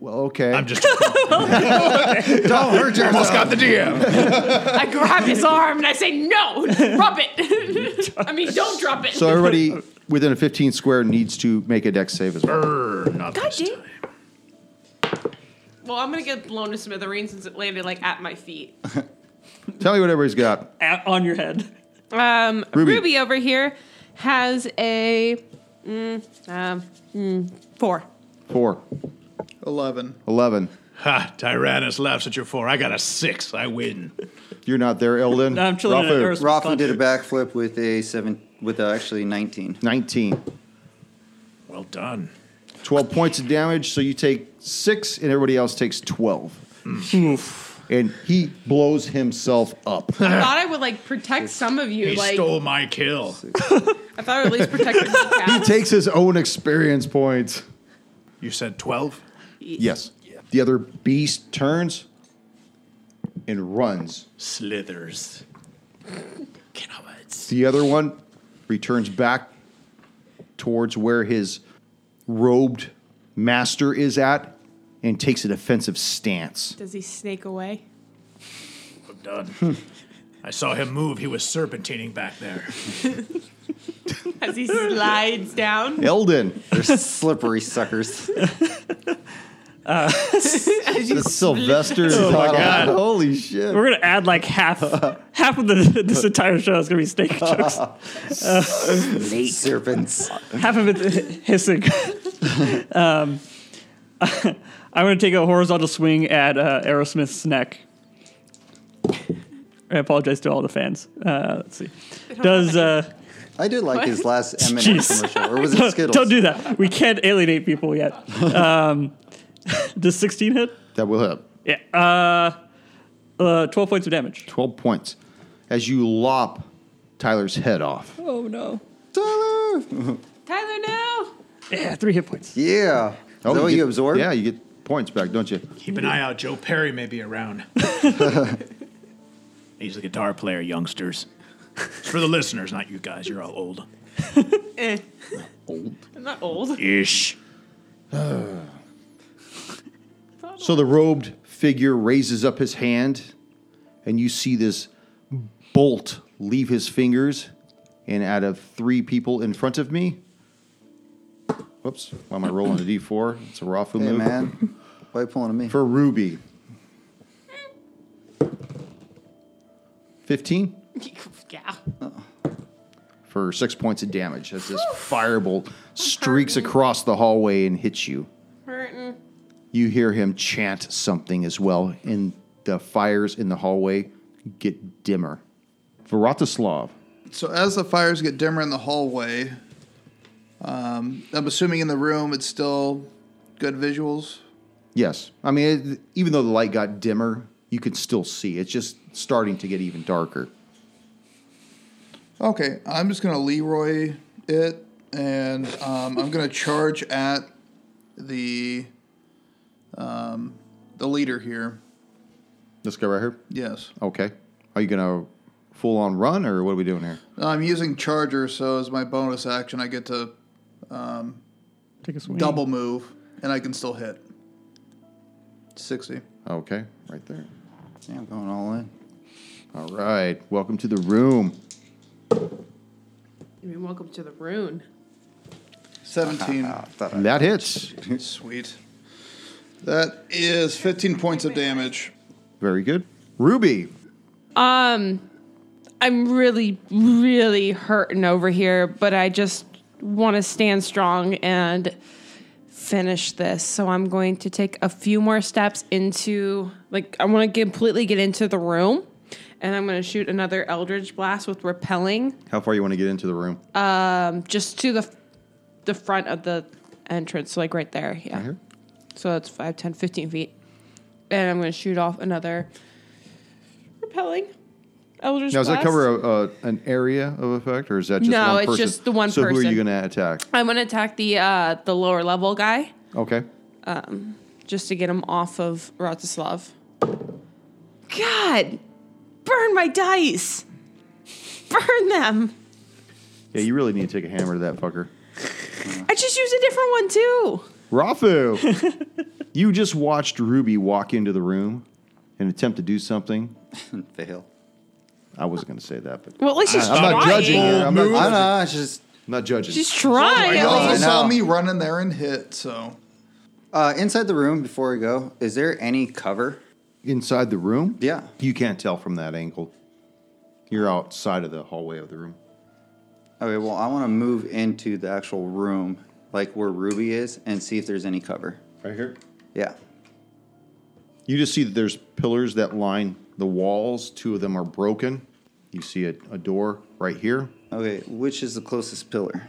D: well, okay.
E: I'm just almost got the DM.
F: I grab his arm and I say, "No, drop it." I mean, don't drop it.
D: so everybody within a 15 square needs to make a dex save as well.
E: Brr, not
F: God
E: this
F: damn.
E: time.
F: Well, I'm gonna get blown to smithereens since it landed like at my feet.
D: Tell me whatever he's got.
H: A- on your head.
F: Um,
D: Ruby.
F: Ruby. over here has a mm, um, mm, four.
D: Four.
I: 11.
D: 11.
E: Ha! Tyrannus laughs at your four. I got a six. I win.
D: You're not there, Eldon.
H: No, I'm chilling in
D: Rafu,
H: an aerospace
G: Rafu
H: container.
G: did a backflip with a seven with a, actually nineteen.
D: 19.
E: Well done.
D: 12 points of damage, so you take six, and everybody else takes 12. Hmm. And he blows himself up.
F: I thought I would like protect some of you.
E: He
F: like
E: stole my kill.
F: I thought I would at least protect the cat.
D: Takes his own experience points.
E: You said twelve.
D: Yes. The other beast turns and runs.
E: Slithers. Get on it.
D: The other one returns back towards where his robed master is at and takes a defensive stance.
F: Does he snake away?
E: I'm done. I saw him move. He was serpentining back there.
F: As he slides down?
D: Elden,
G: They're slippery suckers.
D: the Sylvester.
G: God. Holy shit.
H: We're gonna add like half half of the this entire show is gonna be snake jokes.
G: Serpents.
H: half of it hissing. um, I'm gonna take a horizontal swing at uh, Aerosmith's neck. I apologize to all the fans. Uh, let's see. Does uh,
G: I did like his last M&M
H: Jeez.
G: commercial. Or was it Skittles?
H: don't do that. We can't alienate people yet. Um, does 16 hit?
D: That will help.
H: Yeah. Uh, uh, 12 points of damage.
D: 12 points as you lop Tyler's head off.
H: Oh no.
F: Tyler, no!
H: Yeah, three hit points.
G: Yeah. Oh, that what you
D: get-
G: absorb?
D: Yeah, you get points back, don't you?
E: Keep an eye out. Joe Perry may be around. He's a guitar player, youngsters. It's for the listeners, not you guys. You're all old.
F: Eh. I'm not old.
E: Ish.
D: So the robed figure raises up his hand, and you see this bolt leave his fingers. And out of three people in front of me, whoops, why am I rolling a d4? It's a raw food
G: Hey,
D: move.
G: man. Why you pulling at me?
D: For Ruby. 15
F: yeah.
D: for six points of damage as this firebolt streaks across the hallway and hits you.
F: Hurting.
D: you hear him chant something as well, and the fires in the hallway get dimmer. Vratislav,
I: So as the fires get dimmer in the hallway, um, I'm assuming in the room it's still good visuals.
D: yes. I mean, it, even though the light got dimmer, you could still see. It's just starting to get even darker.
I: Okay, I'm just gonna Leroy it, and um, I'm gonna charge at the um, the leader here.
D: This guy right here?
I: Yes,
D: Okay. Are you going to full on run, or what are we doing here?
I: I'm using charger, so as my bonus action, I get to
H: Take a swing.
I: double move, and I can still hit sixty.
D: Okay, right there.
G: Yeah, I'm going all in.
D: All right. Welcome to the room.
F: I mean, welcome to the rune.
I: 17.
D: And that hits.
I: Sweet. That is 15 points of damage.
D: Very good. Ruby.
F: Um, I'm really, really hurting over here, but I just want to stand strong and finish this. So I'm going to take a few more steps into, like, I want to completely get into the room, and I'm going to shoot another Eldridge Blast with repelling,
D: How far you want to get into the room?
F: um, just to the the front of the entrance, like right there. Yeah.
D: here?
F: So that's 5, 10, 15 feet. And I'm going to shoot off another repelling. Eldridge
D: now, does that
F: Blast.
D: cover a, a, an area of effect, or is that just
F: No,
D: one
F: it's
D: person?
F: just the one
D: so who are
F: person.
D: you going to attack?
F: I'm gonna attack the uh, the lower level guy
D: Okay.
F: just to get him off of Rotislav. God, burn my dice, burn them.
D: Yeah, you really need to take a hammer to that fucker.
F: I just used a different one too.
D: Rafu, you just watched Ruby walk into the room and attempt to do something.
G: Fail.
D: I wasn't going to say that, but I'm
F: Well, at least she's
D: I'm
F: trying.
D: not judging her. I'm not,
G: I
D: I'm
G: know.
D: not,
G: I just
D: I'm not judging.
F: She's trying.
I: You
F: at
G: God.
I: also
F: least.
I: saw
G: no.
I: me run in there and hit, so.
G: uh, inside the room before we go. Is there any cover?
D: Inside the room?
G: Yeah.
D: You can't tell from that angle. You're outside of the hallway of the room.
G: Okay. Well, I want to move into the actual room, like where Ruby is, and see if there's any cover.
D: Right here?
G: Yeah.
D: You just see that there's pillars that line the walls. Two of them are broken. You see a, a door right here.
G: Okay. Which is the closest pillar?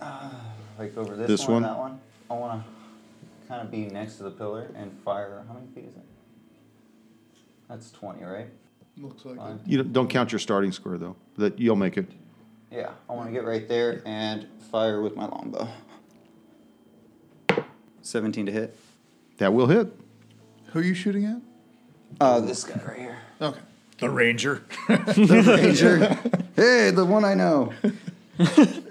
G: Uh, like over this,
D: This one?
G: one, That one. I want to kind of be next to the pillar and fire. How many feet is it? That's twenty, right?
I: Looks like
G: Fine.
D: You don't, don't count your starting score though. That you'll make it.
G: Yeah, I want to get right there and fire with my longbow. 17 to hit.
D: That will hit.
I: Who are you shooting at?
G: Uh, this guy right here.
I: Okay.
E: The ranger.
G: Ranger. hey, the one I know.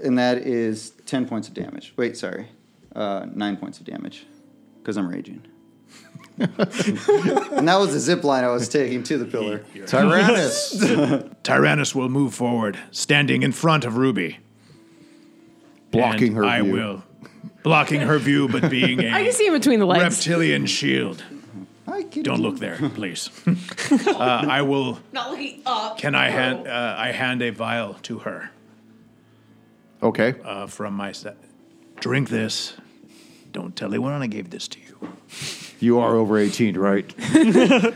G: and that is 10 points of damage. Wait, sorry. Uh, nine points of damage because I'm raging. and that was the zip line I was taking to the pillar.
D: Tyrannus.
E: Tyrannus will move forward, standing in front of Ruby.
D: Blocking
E: And
D: her
E: I
D: view.
E: will. Blocking her view, but being a
F: I can see him between the legs.
E: reptilian shield. Don't look there, please. uh, I will.
F: Not looking up.
E: Can I hand? Uh, I hand a vial to her
D: okay.
E: uh, from my set. Drink this. Don't tell anyone I gave this to you.
D: you are over 18, right?
G: Baby,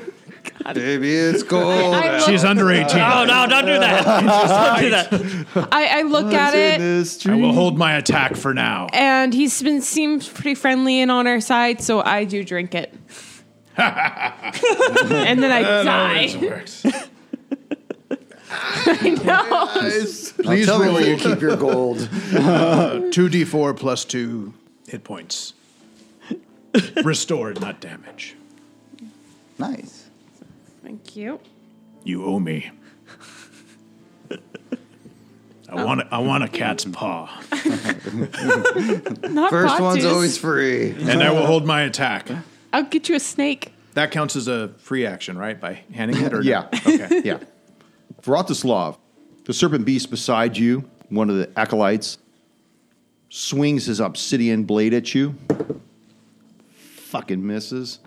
G: it's
D: Oh,
I: Oh,
G: cold.
F: I look,
E: She's under eighteen.
H: Oh no! Don't do that. don't do that.
F: I, I look at it,
E: I will hold my attack for now.
F: and he's been seems pretty friendly and on our side, so I do drink it. and then I die.
E: Works.
F: no.
G: Now tell me where you keep your gold.
E: Two D four plus two hit points. Restored, not damage.
G: Nice.
F: Thank you.
E: You owe me. I want. A, I want a cat's paw,
F: Not
G: First one's
F: Batu's.
G: always free.
E: and I will hold my attack.
F: I'll get you a snake.
E: That counts as a free action, right? By handing it, or no?
D: Yeah.
E: Okay.
D: yeah. Vratislav, the serpent beast beside you, one of the acolytes, swings his obsidian blade at you, fucking misses,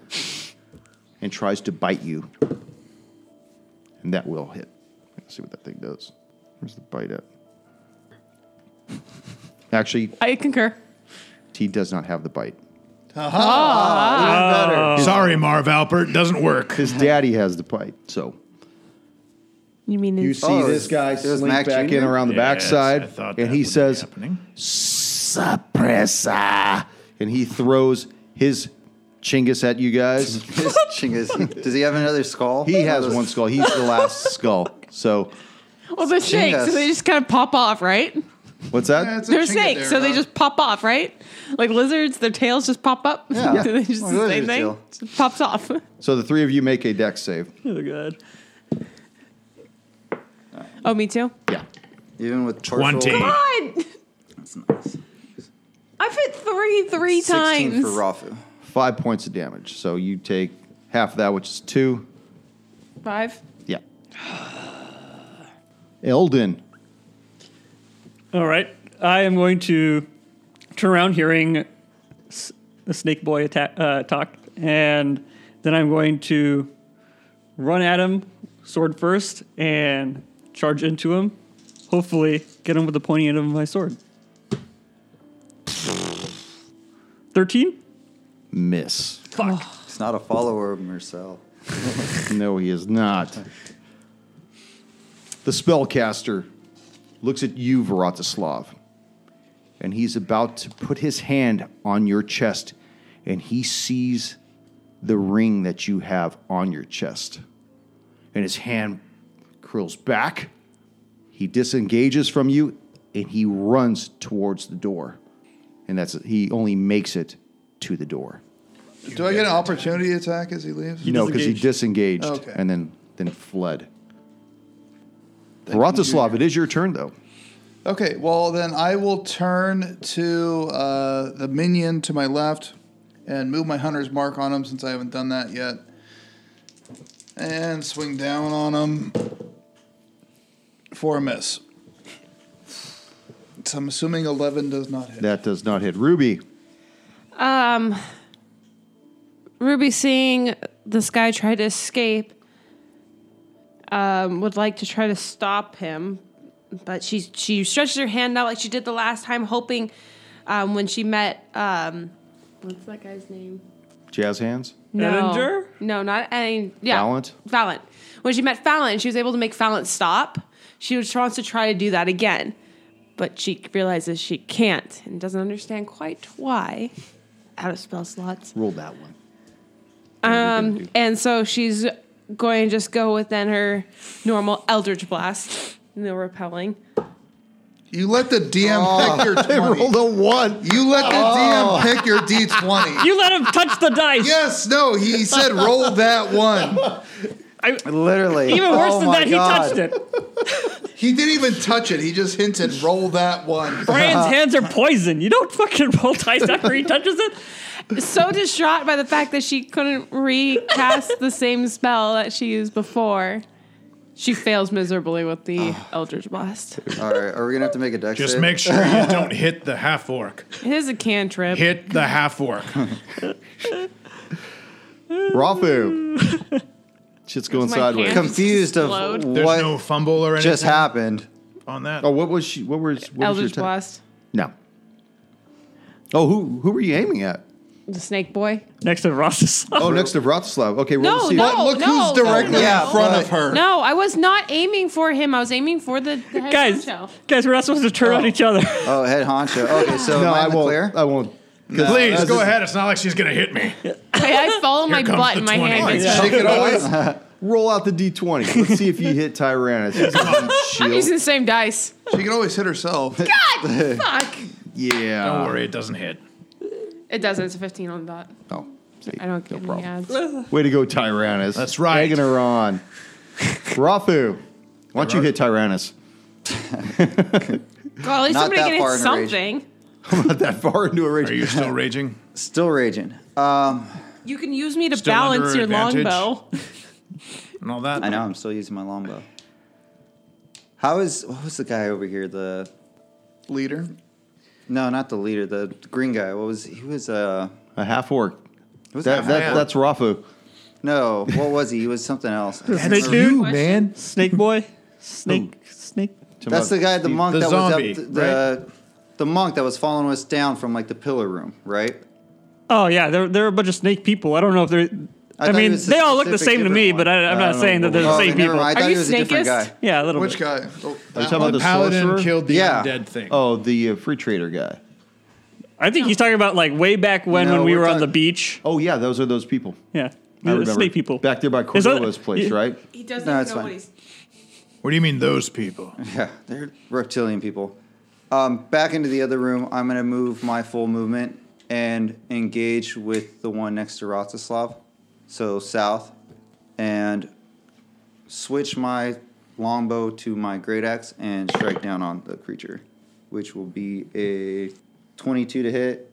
D: and tries to bite you. And that will hit. Let's see what that thing does. Where's the bite at? Actually,
F: I concur.
D: he does not have the bite.
E: Sorry, Marv Alpert, doesn't work.
D: His daddy has the bite. So
F: You mean
D: you
F: it's
D: see
G: Oh,
D: this guy
G: it was
D: slink
G: Mac
D: back in
G: Jr.?
D: around the
E: Yes, I
D: backside,
E: thought
D: and
E: that
D: he
E: would be
D: says,
E: happening.
D: suppressor. And he throws his Chingus at you guys.
G: This Chingus, does he have another skull?
D: He has one skull. He's the last skull. So
F: well, they're snakes, so
G: Chingus.
F: they just kind of pop off, right?
D: what's that?
F: They're snakes, so they just pop off, right? Like lizards, their tails just pop up.
G: Yeah.
F: Do they just
G: Well,
F: the
G: lizard's
F: same thing?
G: tail.
F: Just pops off.
D: So the three of you make a deck save.
H: You're good.
F: Oh, me too.
D: Yeah.
G: Even with torso.
E: Twenty.
F: God,
G: That's nice.
F: I've hit three three
G: 16
F: times.
G: for Rafu.
D: Five points of damage. So you take half of that, which is two.
F: Five.
D: Yeah. Elden.
H: All right. I am going to turn around hearing s- the snake boy atta- uh, talk, and then I'm going to run at him, sword first, and charge into him. Hopefully, get him with the pointy end of my sword. 13?
D: Miss.
G: He's not a follower of Marcel.
D: No, he is not. The spellcaster looks at you, Vratislav, and he's about to put his hand on your chest, and he sees the ring that you have on your chest. And his hand curls back. He disengages from you, and he runs towards the door. And that's he only makes it to the door.
I: Do I get an opportunity attack as he leaves?
D: No, because he disengaged
I: Okay.
D: and then then fled. Vratislav, it is your turn though.
I: Okay, well then I will turn to uh, the minion to my left and move my hunter's mark on him since I haven't done that yet, and swing down on him for a miss. So I'm assuming eleven does not hit.
D: That does not hit Ruby.
F: Um, Ruby, seeing this guy try to escape, um, would like to try to stop him, but she she stretches her hand out like she did the last time, hoping um, when she met um, what's that guy's name?
D: Jazz hands.
H: Edinger?
F: No, not any. Yeah,
D: Valiant?
F: Valiant. When she met Fallon, she was able to make Fallon stop. She was- wants to try to do that again, but she realizes she can't and doesn't understand quite why. Out of spell slots.
D: Roll that one.
F: Um, and so she's going to just go within her normal Eldritch Blast, no repelling.
I: You let the DM pick your
D: I rolled
I: 20.
D: a one.
I: You let the DM pick your D20.
H: You let him touch the dice.
I: yes, no, he said roll that one.
G: Literally.
H: Even worse
G: Oh
H: than
G: my
H: that, he
G: God.
H: touched it.
I: He didn't even touch it. He just hinted, roll that one.
H: Brian's hands are poison. You don't fucking roll dice after he touches it.
F: so distraught by the fact that she couldn't recast the same spell that she used before. She fails miserably with the Eldritch Blast.
G: All right, are we gonna have to make a deck
E: Just
G: save?
E: make sure you don't hit the half orc.
F: It is a cantrip.
E: Hit the half orc.
D: Rafu. Shit's going
F: My
D: sideways.
F: hand.
G: confused of
F: Explode.
E: There's
G: what
E: no fumble or anything
G: just happened.
E: on that.
D: Oh, what was she? What was? What was your
F: Eldritch
D: attack?
F: Blast.
D: No. Oh, who who were you aiming at?
F: The Snake Boy.
H: Next to Ross's.
D: Oh, next to Vratislav. Okay, roll to
F: No,
D: see.
F: no.
I: But look
F: no,
I: who's directly
F: no,
G: no.
I: in front
G: Yeah,
I: of her.
F: No, I was not aiming for him. I was aiming for the, the head
H: guys,
F: honcho.
H: guys, we're not supposed to turn on each other.
G: Oh, head honcho. Okay, so
D: No,
G: am I
D: I
G: in the
D: won't.
G: clear?
D: I won't.
E: Please
D: Uh,
E: go
D: this-
E: ahead. It's not like she's gonna hit me.
F: Okay, I follow my
E: comes
F: butt
E: the
F: and my hand
E: 20.
G: Oh,
F: gets
I: Shake it off.
D: Roll out the d20. Let's see if you hit Tyrannus. He's gonna need
F: I'm using
D: shield.
F: the same dice.
I: She can always hit herself.
F: God, fuck.
D: Yeah.
E: Don't worry, it doesn't hit.
F: It doesn't. It's a 15 on the dot.
D: Oh, see,
F: I don't get any adds.
D: Way to go, Tyrannus.
E: That's right.
D: Egging her on. Rafu, why don't you hit Tyrannus?
F: Well, at least
G: Not
F: somebody
G: that
F: can hit
G: far in a rage.
F: something.
D: Not that far into a
E: Are
D: rage.
E: you still raging?
G: Still raging. Um,
F: You can use me to
E: Still
F: balance
E: under
F: your
E: advantage?
F: longbow.
E: And all that.
G: I know I'm still using my longbow. How is what was the guy over here? The
I: Leader.
G: no, not the leader. The green guy. What was he? Was uh
D: A half orc.
G: was
D: That,
G: that-
D: that, that's Rafu.
G: no? What was he? He was something else.
H: snake
E: you,
H: dude,
E: man.
H: snake boy, snake, snake.
G: That's the guy, the monk
E: The
G: that
E: zombie,
G: was up the the monk that was following us down from like the pillar room, right?
H: Oh yeah, there there are a bunch of snake people. I don't know if they're.
G: I
H: I,
G: thought it
H: mean,
G: was a
H: they all look the
G: specific
H: same to
G: different
H: me,
G: one.
H: but I, I'm not saying that they're the
G: Oh, okay,
H: same
G: never
H: people.
G: mind. I
F: Are
G: thought
F: you
G: he was a different
F: snakist?
G: guy.
H: Yeah, a little
I: Which
H: bit.
D: Are
I: guy? Oh,
D: you
I: that
D: talking
I: one.
D: about the
E: Paladin
D: sorcerer?
E: killed the
G: Yeah.
E: undead thing.
D: Oh, the uh, free trader guy.
H: I think he's talking about like way back when
G: No,
H: when we
G: we're
H: were on
G: talking-
H: the beach.
D: Oh, yeah, those are those people.
H: Yeah,
D: I
H: the
D: remember.
H: snake people
D: Back there by
H: Is that-
D: Cordova's place,
H: yeah.
D: right?
F: He doesn't
G: No,
F: know
G: it's fine.
F: what he's.
E: What do you mean those people?
G: Yeah, they're reptilian people. Um, back into the other room. I'm gonna move my full movement and engage with the one next to Rostislav, so south, and switch my longbow to my great axe and strike down on the creature, which will be a 22 to hit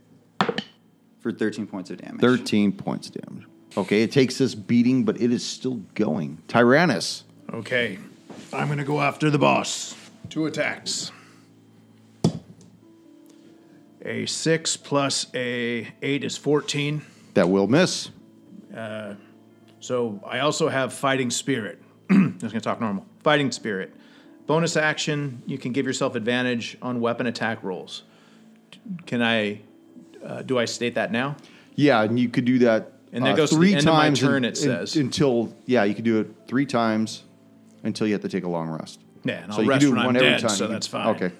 G: for 13 points of damage.
D: 13 points damage. Okay, it takes this beating, but it is still going. Tyrannus.
E: Okay, I'm gonna go after the boss. Two attacks. A six plus a eight is fourteen.
D: That will miss.
E: So I also have fighting spirit. I'm just gonna talk normal. Fighting spirit. Bonus action. You can give yourself advantage on weapon attack rolls. Can I? Uh, do I state that now?
D: Yeah, and you could do that.
E: And that
D: uh,
E: goes to
D: three
E: the end of my
D: times
E: turn, it says.
D: until yeah, you could do it three times until you have to take a long rest.
E: Yeah, and I'll
D: you can
E: rest
D: do
E: when I'm
D: one every
E: dead,
D: time.
E: so
D: You can-
E: that's fine.
D: Okay,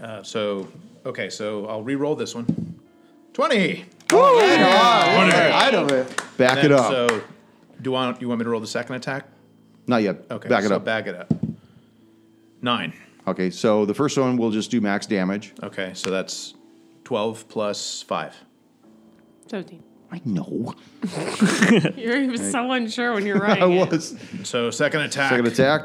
E: Uh, so okay, so I'll re-roll this one. Twenty.
G: Out of it.
D: back it
E: Then-
D: up.
E: So, do you want you want me to roll the second attack?
D: Not yet.
E: Okay,
D: back it
E: so
D: up.
E: Back it up. Nine.
D: Okay, so the first one will just do max damage.
E: Okay, so that's twelve plus five.
F: 17.
D: I know.
F: You're even so unsure when you're right.
D: I was
E: So second attack.
D: second attack.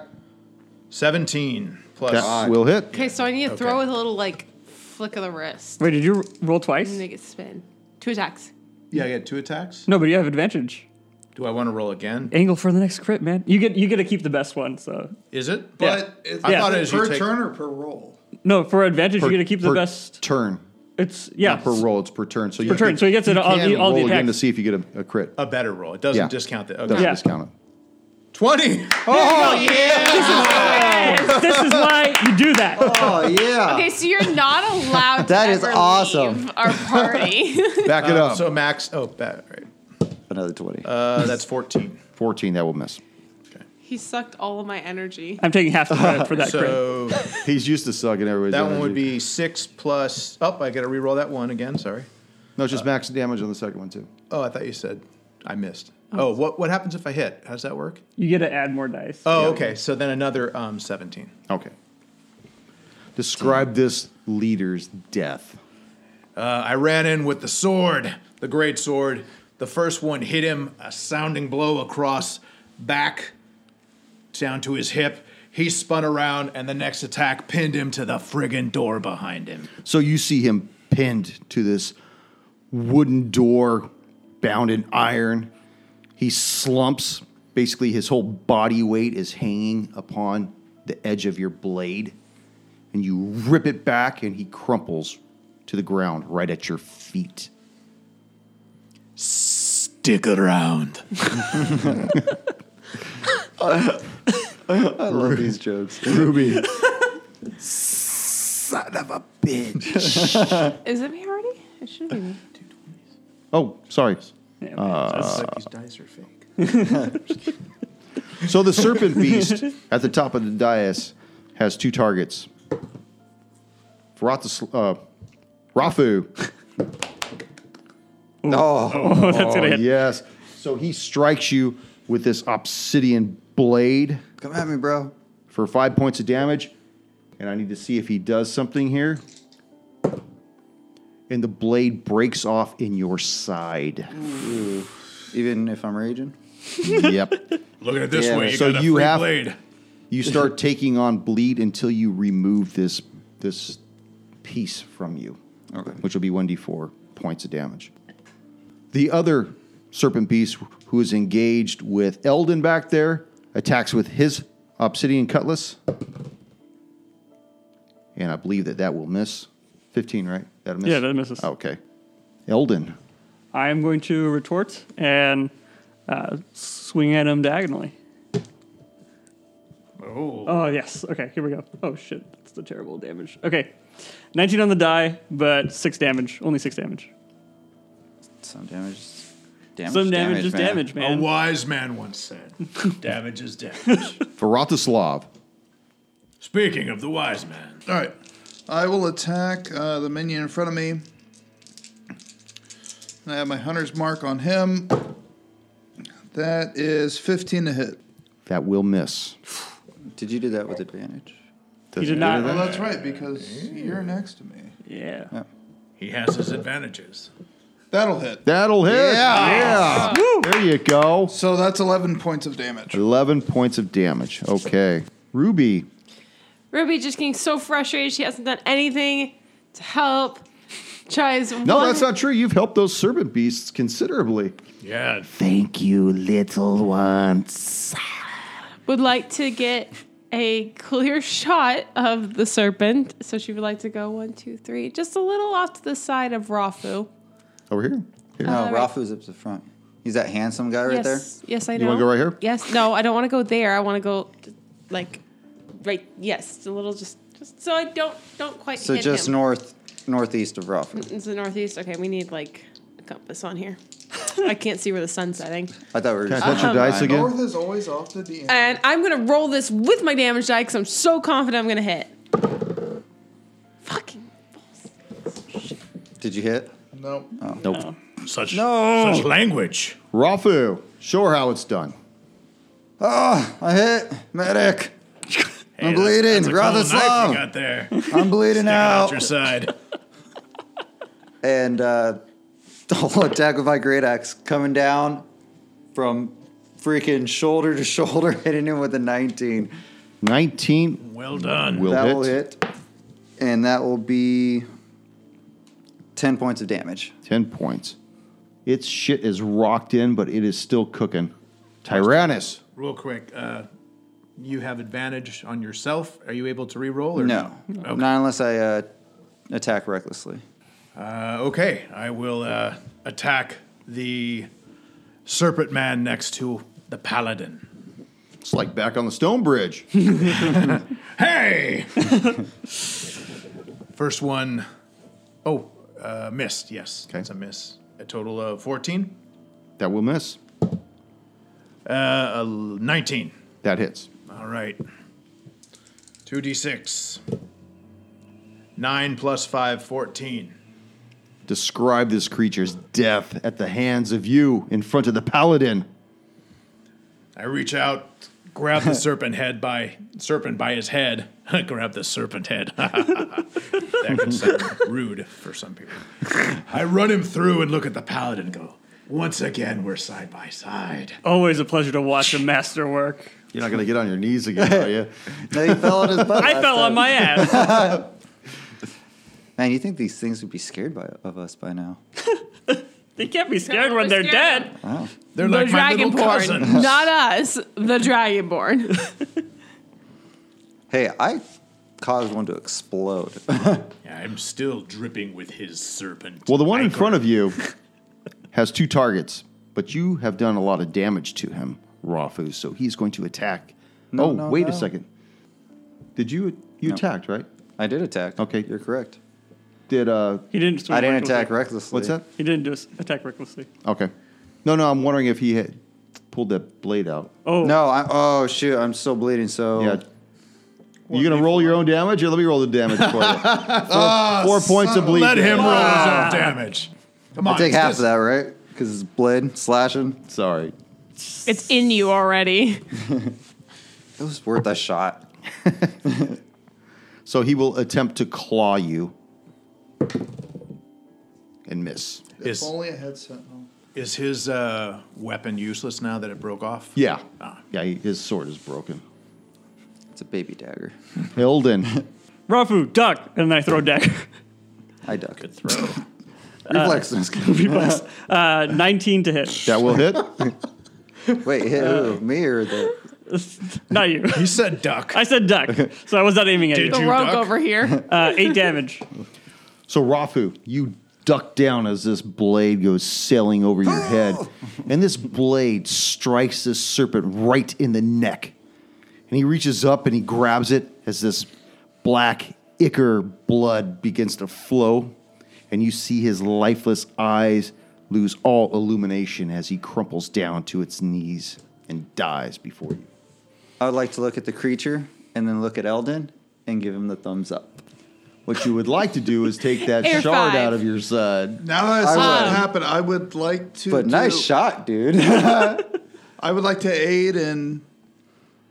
E: Seventeen plus.
D: That will hit.
F: Okay, so I need to throw
E: Okay.
F: with a little like flick of the wrist.
H: Wait, did you roll twice?
F: Make it spin. Two attacks.
E: Yeah, I get two attacks.
H: No, but you have advantage.
E: Do I want to roll again?
H: Angle for the next crit, man. You get you get to keep the best one. So
E: Is it?
I: But it's
E: I
H: Yeah.
E: thought it was you
I: per
E: take-
I: turn or per roll?
H: no, for advantage
D: Per-
H: you get to keep the
D: per
H: best.
D: turn.
H: It's yeah.
D: Not per roll. It's per turn. So you
H: Per turn,
D: can-
H: so he gets it
D: you
H: on
D: can
H: the- all the
D: roll again
H: attacks. Uh,
D: to see if you get a, a crit.
E: a better roll. It doesn't
D: Yeah.
E: discount the
D: Doesn't
E: okay.
H: Yeah.
D: discount it.
E: twenty.
I: Oh.
H: this is why you do that.
G: Oh yeah.
F: Okay, so you're not allowed to
G: That is
F: ever
G: awesome.
F: leave our party.
D: Back
H: Uh,
D: it up.
E: So max. Oh, bad. Right.
G: Another 20.
E: Uh, that's fourteen.
D: Fourteen. That will miss.
F: he sucked all of my energy.
H: I'm taking half the credit for that crit.
E: So
D: He's used to sucking everybody's.
E: that one would
D: energy.
E: be six plus. Oh, I got to re-roll that one again. Sorry.
D: no.
H: uh,
D: It's just max damage on the second one too.
E: Oh, I thought you said I missed. Oh, what what happens if I hit? How does that work?
G: Oh,
H: You get to add more dice.
E: Oh, okay. So then another um, 17.
D: Okay. Describe this leader's death.
E: Uh, I ran in with the sword, the great sword. The first one hit him a sounding blow across back down to his hip. He spun around, and the next attack pinned him to the friggin' door behind him.
D: So you see him pinned to this wooden door bound in iron. He slumps. Basically, his whole body weight is hanging upon the edge of your blade. And you rip it back, and he crumples to the ground right at your feet.
E: Stick around.
G: I love these jokes.
D: Ruby,
A: Son of a bitch.
F: Is it me already? It should be me.
D: Oh, sorry.
I: It's like these dice are fake.
D: So the serpent beast at the top of the dais has two targets. Vratas, uh, Rafu.
G: Oh,
H: Oh, that's
D: Oh,
H: gonna hit.
D: yes. So he strikes you with this obsidian blade
G: come at me, bro.
D: for five points of damage. And I need to see if he does something here. And the blade breaks off in your side.
G: Even if I'm raging.
D: yep.
E: Look at it this
G: Yeah,
E: way. You
D: so
E: got a
D: you
E: free
D: have-
E: blade.
D: You start taking on bleed until you remove this this piece from you.
G: Okay.
D: Which will be 1d4 points of damage. The other serpent beast who is engaged with Eldon back there attacks with his obsidian cutlass. And I believe that that will miss. 15, right? That'll miss.
H: Yeah, that misses.
G: Oh.
D: Okay. Eldon.
H: I am going to retort and uh, swing at him diagonally. Oh. Oh, yes. Okay, here we go. Oh, shit. That's the terrible damage. Okay. 19 on the die, but 6 damage. Only 6 damage.
G: Some damage. is- Damage.
H: Some damage, is
G: man.
H: damage,
E: A
H: man.
E: wise man once said, damage is damage.
D: Vratislav.
E: Speaking of the wise man,
I: All right. I will attack uh, the minion in front of me. And I have my hunter's mark on him. That is 15 to hit.
D: That will miss.
G: Did you do that with advantage?
H: He did not.
I: Well, that's right, because you're next to me.
H: Yeah.
E: he has his advantages.
I: That'll hit.
D: That'll hit. Yeah. There you go.
I: So that's 11 points of damage.
D: 11 points of damage. Okay. Ruby.
F: Ruby just getting so frustrated. She hasn't done anything to help. Tries.
D: No,
F: one-
D: that's not true. You've helped those serpent beasts considerably.
E: Yeah,
B: Thank you, little ones.
F: Would like to get a clear shot of the serpent. So she would like to go one, two, three, just a little off to the side of Rafu.
D: Over here. Here.
G: No,
F: All right.
G: Rafu's up the front. He's that handsome guy right there.
F: yes. Yes, I know.
D: You wanna go right here?
F: Yes. No, I don't want to go there. I want to go, like, right. Yes, a little just, just so I don't don't quite.
G: So
F: hit
G: just
F: him.
G: north, northeast of Rafu.
F: It's the northeast. Okay, we need like a compass on here. I can't see where the sun's setting.
G: I thought we were.
D: Can
G: just
D: I touch your
G: fine.
D: dice again?
I: North is always off the DM.
F: And I'm gonna roll this with my damage die because I'm so confident I'm gonna hit. Fucking.
G: Did you hit?
I: Nope.
E: such
G: No.
E: such language.
D: Rafu. Show her how it's done.
G: Oh, I hit. Medic. I'm bleeding.
E: That's a cool knife you
G: Vratislav.
E: got there. Stick
G: I'm bleeding
E: it out your
G: out.
E: side.
G: And uh, I'll attack with my great axe coming down from freaking shoulder to shoulder, hitting him with a 19.
D: 19
E: Well done.
D: will
G: that
D: hit.
G: will hit. And that will be 10 points of damage.
D: 10 points. Its shit is rocked in, but it is still cooking. Tyrannus.
E: Real quick, uh, you have advantage on yourself. Are you able to re-roll? Or
G: No,
E: Okay.
G: not unless I uh, attack recklessly.
E: Uh, okay, I will uh, attack the serpent man next to the paladin.
D: It's like back on the stone bridge.
E: Hey! First one, oh, uh, missed. Yes,
D: Okay.
E: it's a miss. A total of 14,
D: that will miss.
E: uh, a 19.
D: That hits.
E: All right. 2d6. 9 plus 5, 14.
D: Describe this creature's death at the hands of you in front of the paladin.
E: I reach out, Grab the serpent head by serpent by his head. Grab the serpent head. that can sound rude for some people. I run him through and look at the paladin and go, once again, we're side by side.
H: Always a pleasure to watch a master work.
D: You're not going to get on your knees again, are you?
G: No, he fell on his butt.
H: I
G: last
H: fell on
G: time.
H: my ass.
G: Man, you think these things would be scared by, of us by now?
H: They can't be scared
F: They're
H: when they're
F: scared.
H: dead.
E: They're
F: The
E: like my little cousin.
F: Dragonborn, not us. The Dragonborn.
G: Hey, I caused one to explode.
E: I'm still dripping with his serpent.
D: Well, the one in
E: ichor.
D: front of you has two targets, but you have done a lot of damage to him, Rafu, so he's going to attack. oh,
G: no,
D: wait a
G: no.
D: second. Did you you attacked, right?
G: I did attack.
D: Okay.
G: You're correct.
D: Did uh
H: He didn't. swing
G: I didn't
H: recklessly.
G: attack recklessly.
D: what's that?
H: He didn't do s- attack recklessly.
D: Okay. No, no, I'm wondering if he had pulled that blade out.
H: Oh
G: No, I oh shoot, I'm still bleeding, so
D: Yeah. You gonna roll your own damage, or let me roll the damage for you? Four
G: Ah,
D: four points of bleed.
E: Let him roll
D: damage.
E: his own damage. Come on.
G: I take
E: it's
G: half
E: this-
G: of that, right? Because it's blood slashing.
D: Sorry.
F: it's in you already.
G: It was worth a shot.
D: So he will attempt to claw you and miss.
E: Is,
I: If only I had Sentinel.
E: is his uh, weapon useless now that it broke off?
D: Yeah.
E: Ah.
D: Yeah, he, his sword is broken.
G: It's a baby dagger.
D: Hilden.
H: Rafu, duck, and then I throw dagger.
G: I duck.
E: Good throw.
G: Reflex.
H: Reflex. Uh, 19 to hit.
D: That will hit.
G: Wait, hit who? Me or the
H: Not you.
E: he said duck.
H: I said duck, so I was not aiming at
E: Did
H: you.
F: The
E: you
F: rogue
E: duck?
F: over here.
H: Uh, eight damage.
D: So Rafu, you duck down as this blade goes sailing over your head, and this blade strikes this serpent right in the neck. And he reaches up and he grabs it as this black ichor blood begins to flow, and you see his lifeless eyes lose all illumination as he crumples down to its knees and dies before you.
G: I would like to look at the creature and then look at Eldon and give him the thumbs up.
D: What you would like to do is take that
F: Air
D: shard
F: five.
D: out of your side.
I: Now that I see
G: I
I: what
G: would.
I: happened, I would like to.
G: But
I: do-
G: nice shot, dude.
I: I would like to aid in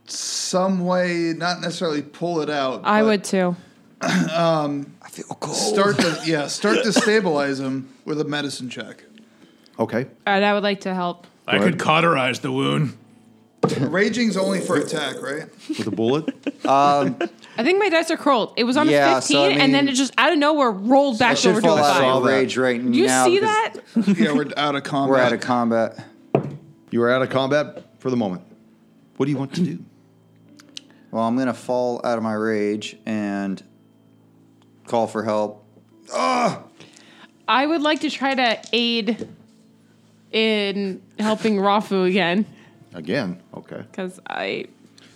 I: some way, not necessarily pull it out.
F: I
I: but
F: would too.
G: I feel cold.
I: start to yeah, start to stabilize him with a medicine check.
D: Okay.
F: All right, I would like to help.
E: I could cauterize the wound.
I: Raging's only for attack, right?
D: With a bullet?
F: I think my dice are curled. It was on
G: Yeah,
F: a 15,
G: so I
F: and then
G: mean-
F: it just out of nowhere rolled
G: I
F: back
G: should
F: over to
G: fall
F: a
G: out
F: five.
G: of rage right
F: Do you
G: now.
F: see
G: because
F: that?
I: Yeah, we're out of combat.
G: We're out of combat.
D: You are out of combat for the moment. What do you want to do?
G: Well, I'm gonna fall out of my rage and call for help.
F: I would like to try to aid in helping Rafu again
D: Again. Okay.
F: because I.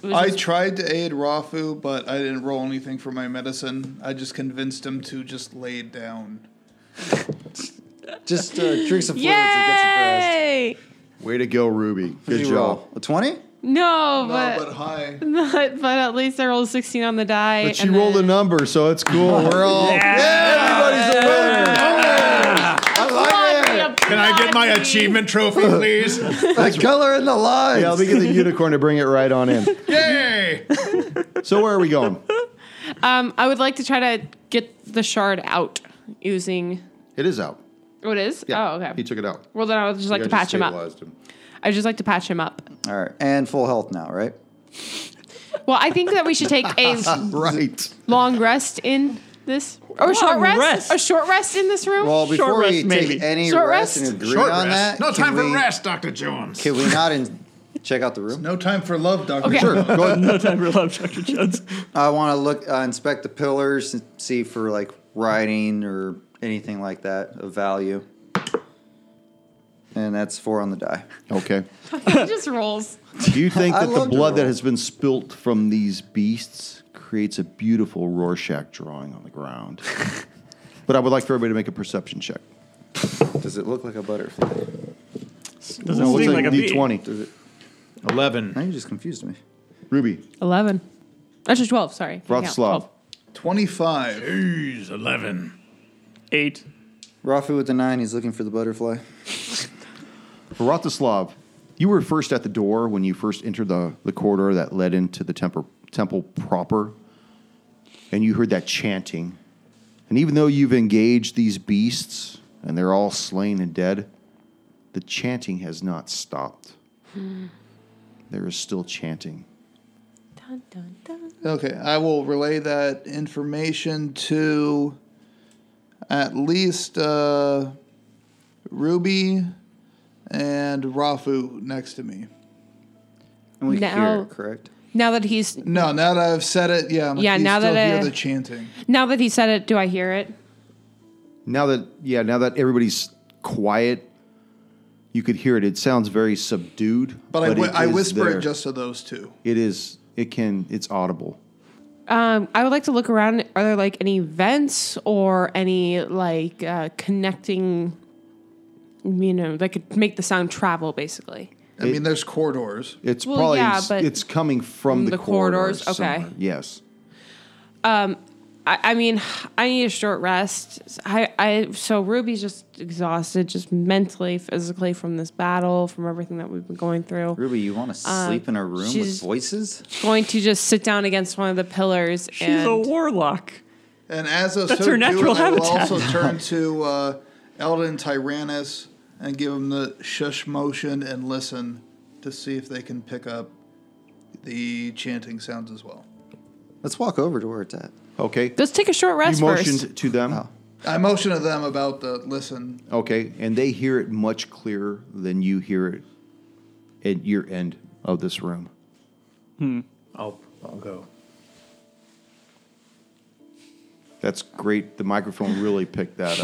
F: was
I: I
F: just-
I: tried to aid Rafu, but I didn't roll anything for my medicine. I just convinced him to just lay down.
G: Just uh, drink some fluids and get some rest.
F: Yay!
D: Way to go, Ruby.
G: What
D: Good
G: did you roll?
D: job.
G: A twenty?
F: No,
I: No, Uh, but
F: but
I: hi.
F: but, but at least I rolled 16 on the die.
D: But she
F: and
D: rolled a
F: then-
D: number, so it's cool. We're all yeah, everybody's a winner.
F: Applaud me,
E: Can I get my
F: applaud me.
E: achievement trophy, please?
G: The color in the lines.
D: Yeah, let me get the unicorn to bring it right on in.
E: Yay!
D: So where are we going?
F: Um, I would like to try to get the shard out using.
D: It is out.
F: Oh, it is?
D: Yeah.
F: Oh, okay.
D: He took it out.
F: well, then I would just like
D: You
F: to
D: guys
F: patch him up.
D: stabilized him.
F: I would just like to patch him up.
G: All right, and full health now, right?
F: Well, I think that we should take a
D: Right.
F: long rest in this. Or a short
H: Long
F: rest?
H: rest.
F: A short rest in this room?
G: Well, before we
H: rest,
G: take
H: maybe.
G: any
F: Short
G: rest,
F: rest?
G: and agree
E: Short
G: on
E: rest.
G: that,
E: No
G: can
E: time
G: we-
E: for rest, Dr. Jones.
G: Can we not in- check out the room?
I: No time for love, Doctor.
F: Okay.
I: Sure.
D: Go ahead.
H: No time for love, Dr. Jones.
G: I want to look, uh, inspect the pillars, and see for like writing or anything like that of value. And that's four on the die.
D: Okay.
F: he just rolls.
D: Do you think
G: I
D: that the
G: love to
D: blood that
G: roll.
D: has been spilt from these beasts creates a beautiful Rorschach drawing on the ground? but I would like for everybody to make a perception check.
G: Does it look like a butterfly?
H: Doesn't
D: No, it looks
H: seem
D: like
H: like, a
D: a
H: bee.
D: D20.
G: Does it?
E: 11.
G: Now you just confused me.
D: Ruby,
F: 11. Actually, 12, sorry.
D: Vratislav.
I: Twenty-five.
E: Jeez, 11.
H: Eight.
G: Rafu with the nine. He's looking for the butterfly.
D: Vratislav, You were first at the door when you first entered the, the corridor that led into the temple, temple proper, and you heard that chanting. And even though you've engaged these beasts and they're all slain and dead, the chanting has not stopped. there is still chanting.
F: Dun, dun, dun.
I: Okay, I will relay that information to at least uh, Ruby and Rafu next to me.
G: And we can hear
F: Now-
G: it, correct?
F: Now that he's
I: No, now that I've said it, yeah, I'm
F: Yeah,
I: you
F: now
I: still
F: that,
I: hear
F: uh,
I: the chanting.
F: now that he said it, do I hear it?
D: Now that yeah, now that everybody's quiet, you could hear it. It sounds very subdued.
I: But, I whi-
D: it
I: I
D: is
I: whisper
D: there.
I: it just to those two.
D: it is it can it's audible.
F: Um, I would like to look around. Are there like any vents or any like uh, connecting, you know, that could make the sound travel basically?
I: I mean, there's corridors.
D: It's
F: Well,
D: probably
F: yeah,
D: s-
F: but-
D: it's coming from the,
F: the
D: corridors.
F: corridors, okay.
D: somewhere. Yes.
F: I, I mean, I need a short rest. I, I so Ruby's just exhausted, just mentally, physically from this battle, from everything that we've been going through.
G: Ruby, you want to sleep in a room
F: uh, she's-
G: with voices?
F: Going to just sit down against one of the pillars
H: She's
F: and
H: a warlock.
I: And as a
H: That's her natural
I: I will
H: habitat.
I: also turn to uh, Eldon Tyrannus and give him the shush motion and listen to see if they can pick up the chanting sounds as well.
G: Let's walk over to where it's at.
D: Okay.
F: let's take a short
D: you
F: rest
D: motioned
F: first.
D: to them.
I: I motion to them about the listen.
D: Okay, and they hear it much clearer than you hear it at your end of this room.
J: I'll, I'll go.
D: That's great. The microphone really picked that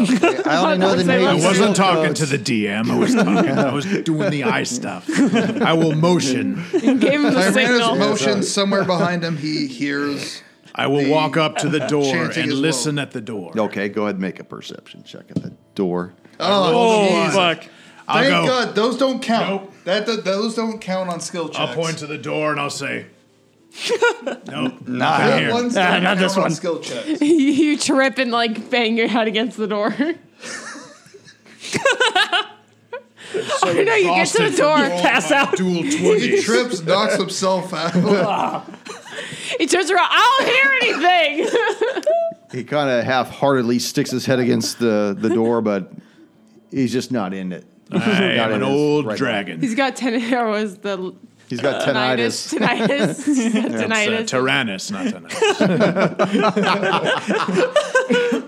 D: up.
G: I only know the
F: Say
G: name.
F: less.
E: I
F: It's
E: wasn't talking to the DM. I was talking. I was doing the eye stuff. I will motion.
F: Give him the
I: Tyrannus
F: signal.
E: uh,
I: motions somewhere behind him. He hears.
E: I will walk up to the door
I: Chanting
E: and
I: as well.
E: listen at the door.
D: okay, go ahead and make a perception check at the door.
I: Oh,
H: Oh,
I: Jesus.
H: fuck.
E: I'll
I: Thank
E: go.
I: God those don't count.
E: Nope.
I: That, that- those don't count on skill checks.
E: I'll point to the door and I'll say, "Nope,
I: That
E: not here."
I: one's
H: Ah,
I: don't
H: not
I: count
H: this
I: on
H: one.
I: Skill checks.
F: you trip and like bang your head against the door. oh no, you get to
E: Exhausted
F: the
E: from
F: door.
E: all
H: pass
E: my
H: out.
E: Dual twenty.
I: Trips, knocks himself out.
F: He turns around. I don't hear anything.
D: He kind of half-heartedly sticks his head against the, the door, but he's just not in it.
E: I
D: Not
E: am
D: in
E: an
D: his
E: old
D: right-
E: dragon.
F: He's got ten. Or was the
D: He's got
F: tinnitus?
D: tinnitus.
F: Tinnitus. He's got
E: Uh,
F: tinnitus.
E: Tyrannus, not Tyrannus.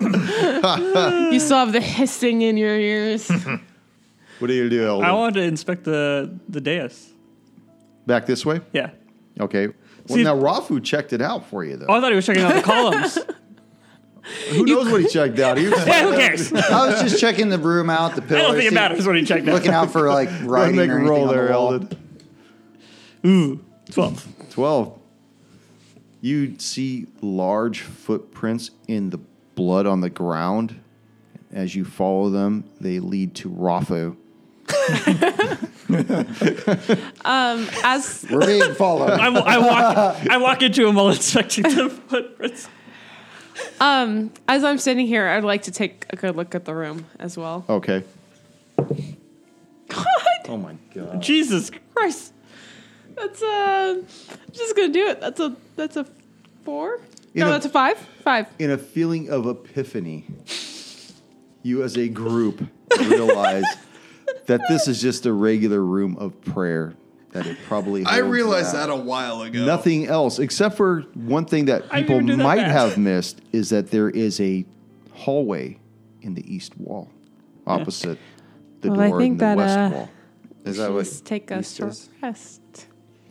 F: you still have the hissing in your ears.
D: What do you do, Eldon?
H: I want to inspect the the dais.
D: Back this way?
H: Yeah.
D: Okay. Well,
H: See-
D: now Rafu checked it out for you, though.
H: Oh, I thought he was checking out the columns.
D: Who knows what he checked out? He was
H: yeah, who cares? I
G: I was just checking the room out, the pillars.
H: don't think it
G: see-
H: matters what he checked out.
G: Looking out for like writing
D: make
G: or
D: a
G: anything
D: roll
G: on
D: there,
G: the wall.
D: Eldon.
H: Ooh, 12.
D: 12. You see large footprints in the blood on the ground. As you follow them, they lead to Rafu.
F: As
G: We're being followed.
H: I, I, walk, I walk into him while inspecting the footprints.
F: um as I'm sitting here, I'd like to take a good look at the room as well.
D: Okay.
F: God,
G: Oh my god.
H: Jesus.
F: Christ, that's a. I'm just gonna do it. That's a. That's a four.
D: know-
F: no, that's a five. Five.
D: In a feeling of epiphany, you as a group realize that this is just a regular room of prayer that it probably
I: I
D: holds
I: realized
D: now.
I: that a while ago.
D: Nothing else, except for one thing that
H: I
D: people
H: never did that
D: might
H: math.
D: have missed is that there is a hallway in the east wall, opposite the
F: Well, I
D: door in
F: think
D: the
F: that,
D: west
F: uh,
D: wall.
G: Is that what?
F: Let's take a
G: East
F: short
G: is?
F: rest.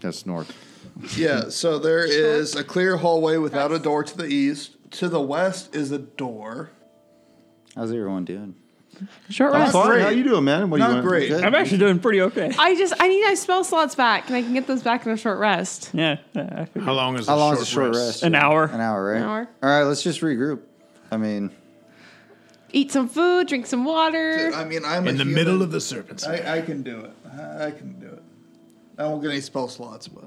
D: That's north.
I: Yeah, so there is a clear hallway without a door to the east. To the west is a door.
G: How's everyone doing?
F: Short
D: I'm
F: rest.
D: sorry.
I: great.
D: How you doing, man? What do you
I: Not
D: want?
I: great.
G: Good.
H: I'm actually doing pretty okay.
F: I just I need my spell slots back, and I can get those back in a short rest.
H: Yeah. uh,
E: How long is a
G: How long
E: short
G: is a short rest?
H: An hour.
G: An hour, right?
F: An hour.
G: All right, let's just regroup. I mean,
F: Eat some food, drink some water.
I: I mean, I'm a
E: In the
I: human.
E: middle of the serpent's. mouth.
I: I, I can do it. I I can do it. I won't get any spell slots, but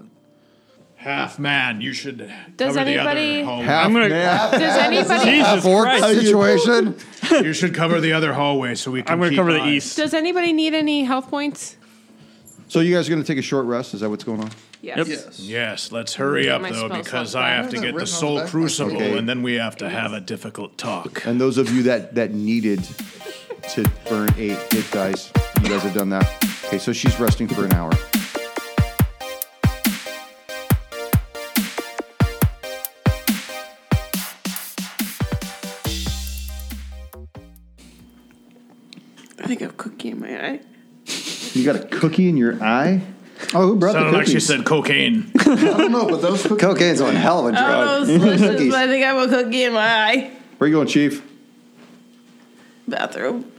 E: Half man, you should
F: Does
E: cover
F: anybody-
E: the other hallway.
D: Half
H: I'm gonna-
D: man.
F: Does anybody
H: Jesus Christ.
D: situation.
E: You should cover the other hallway so we can.
H: I'm going to
E: keep
H: cover the
E: eyes.
H: east.
F: does anybody need any health points?
D: So you guys are going to take a short rest. Is that what's going on?
F: Yes.
H: Yep.
I: Yes.
E: Yes, let's hurry up
F: My
E: though,
F: spell's
E: because
F: not
E: I
F: done.
E: have to
I: Where's that
E: get the
I: written on
E: soul
I: the back?
E: crucible,
D: Okay.
E: and then we have to have a difficult talk.
D: And those of you that that needed to burn eight hit dice, you guys have done that. Okay, so she's resting for an hour.
F: I think I have cookie in my eye.
D: You got a cookie in your eye? Oh, who brought
E: Sounded
D: the
E: like
D: cookies?
E: she said cocaine.
I: I don't know, but those cookies.
G: Cocaine's one hell of a
F: Oh,
G: drug.
F: slushes, I think I have a cookie in my eye.
D: Where you going, Chief?
F: Bathroom.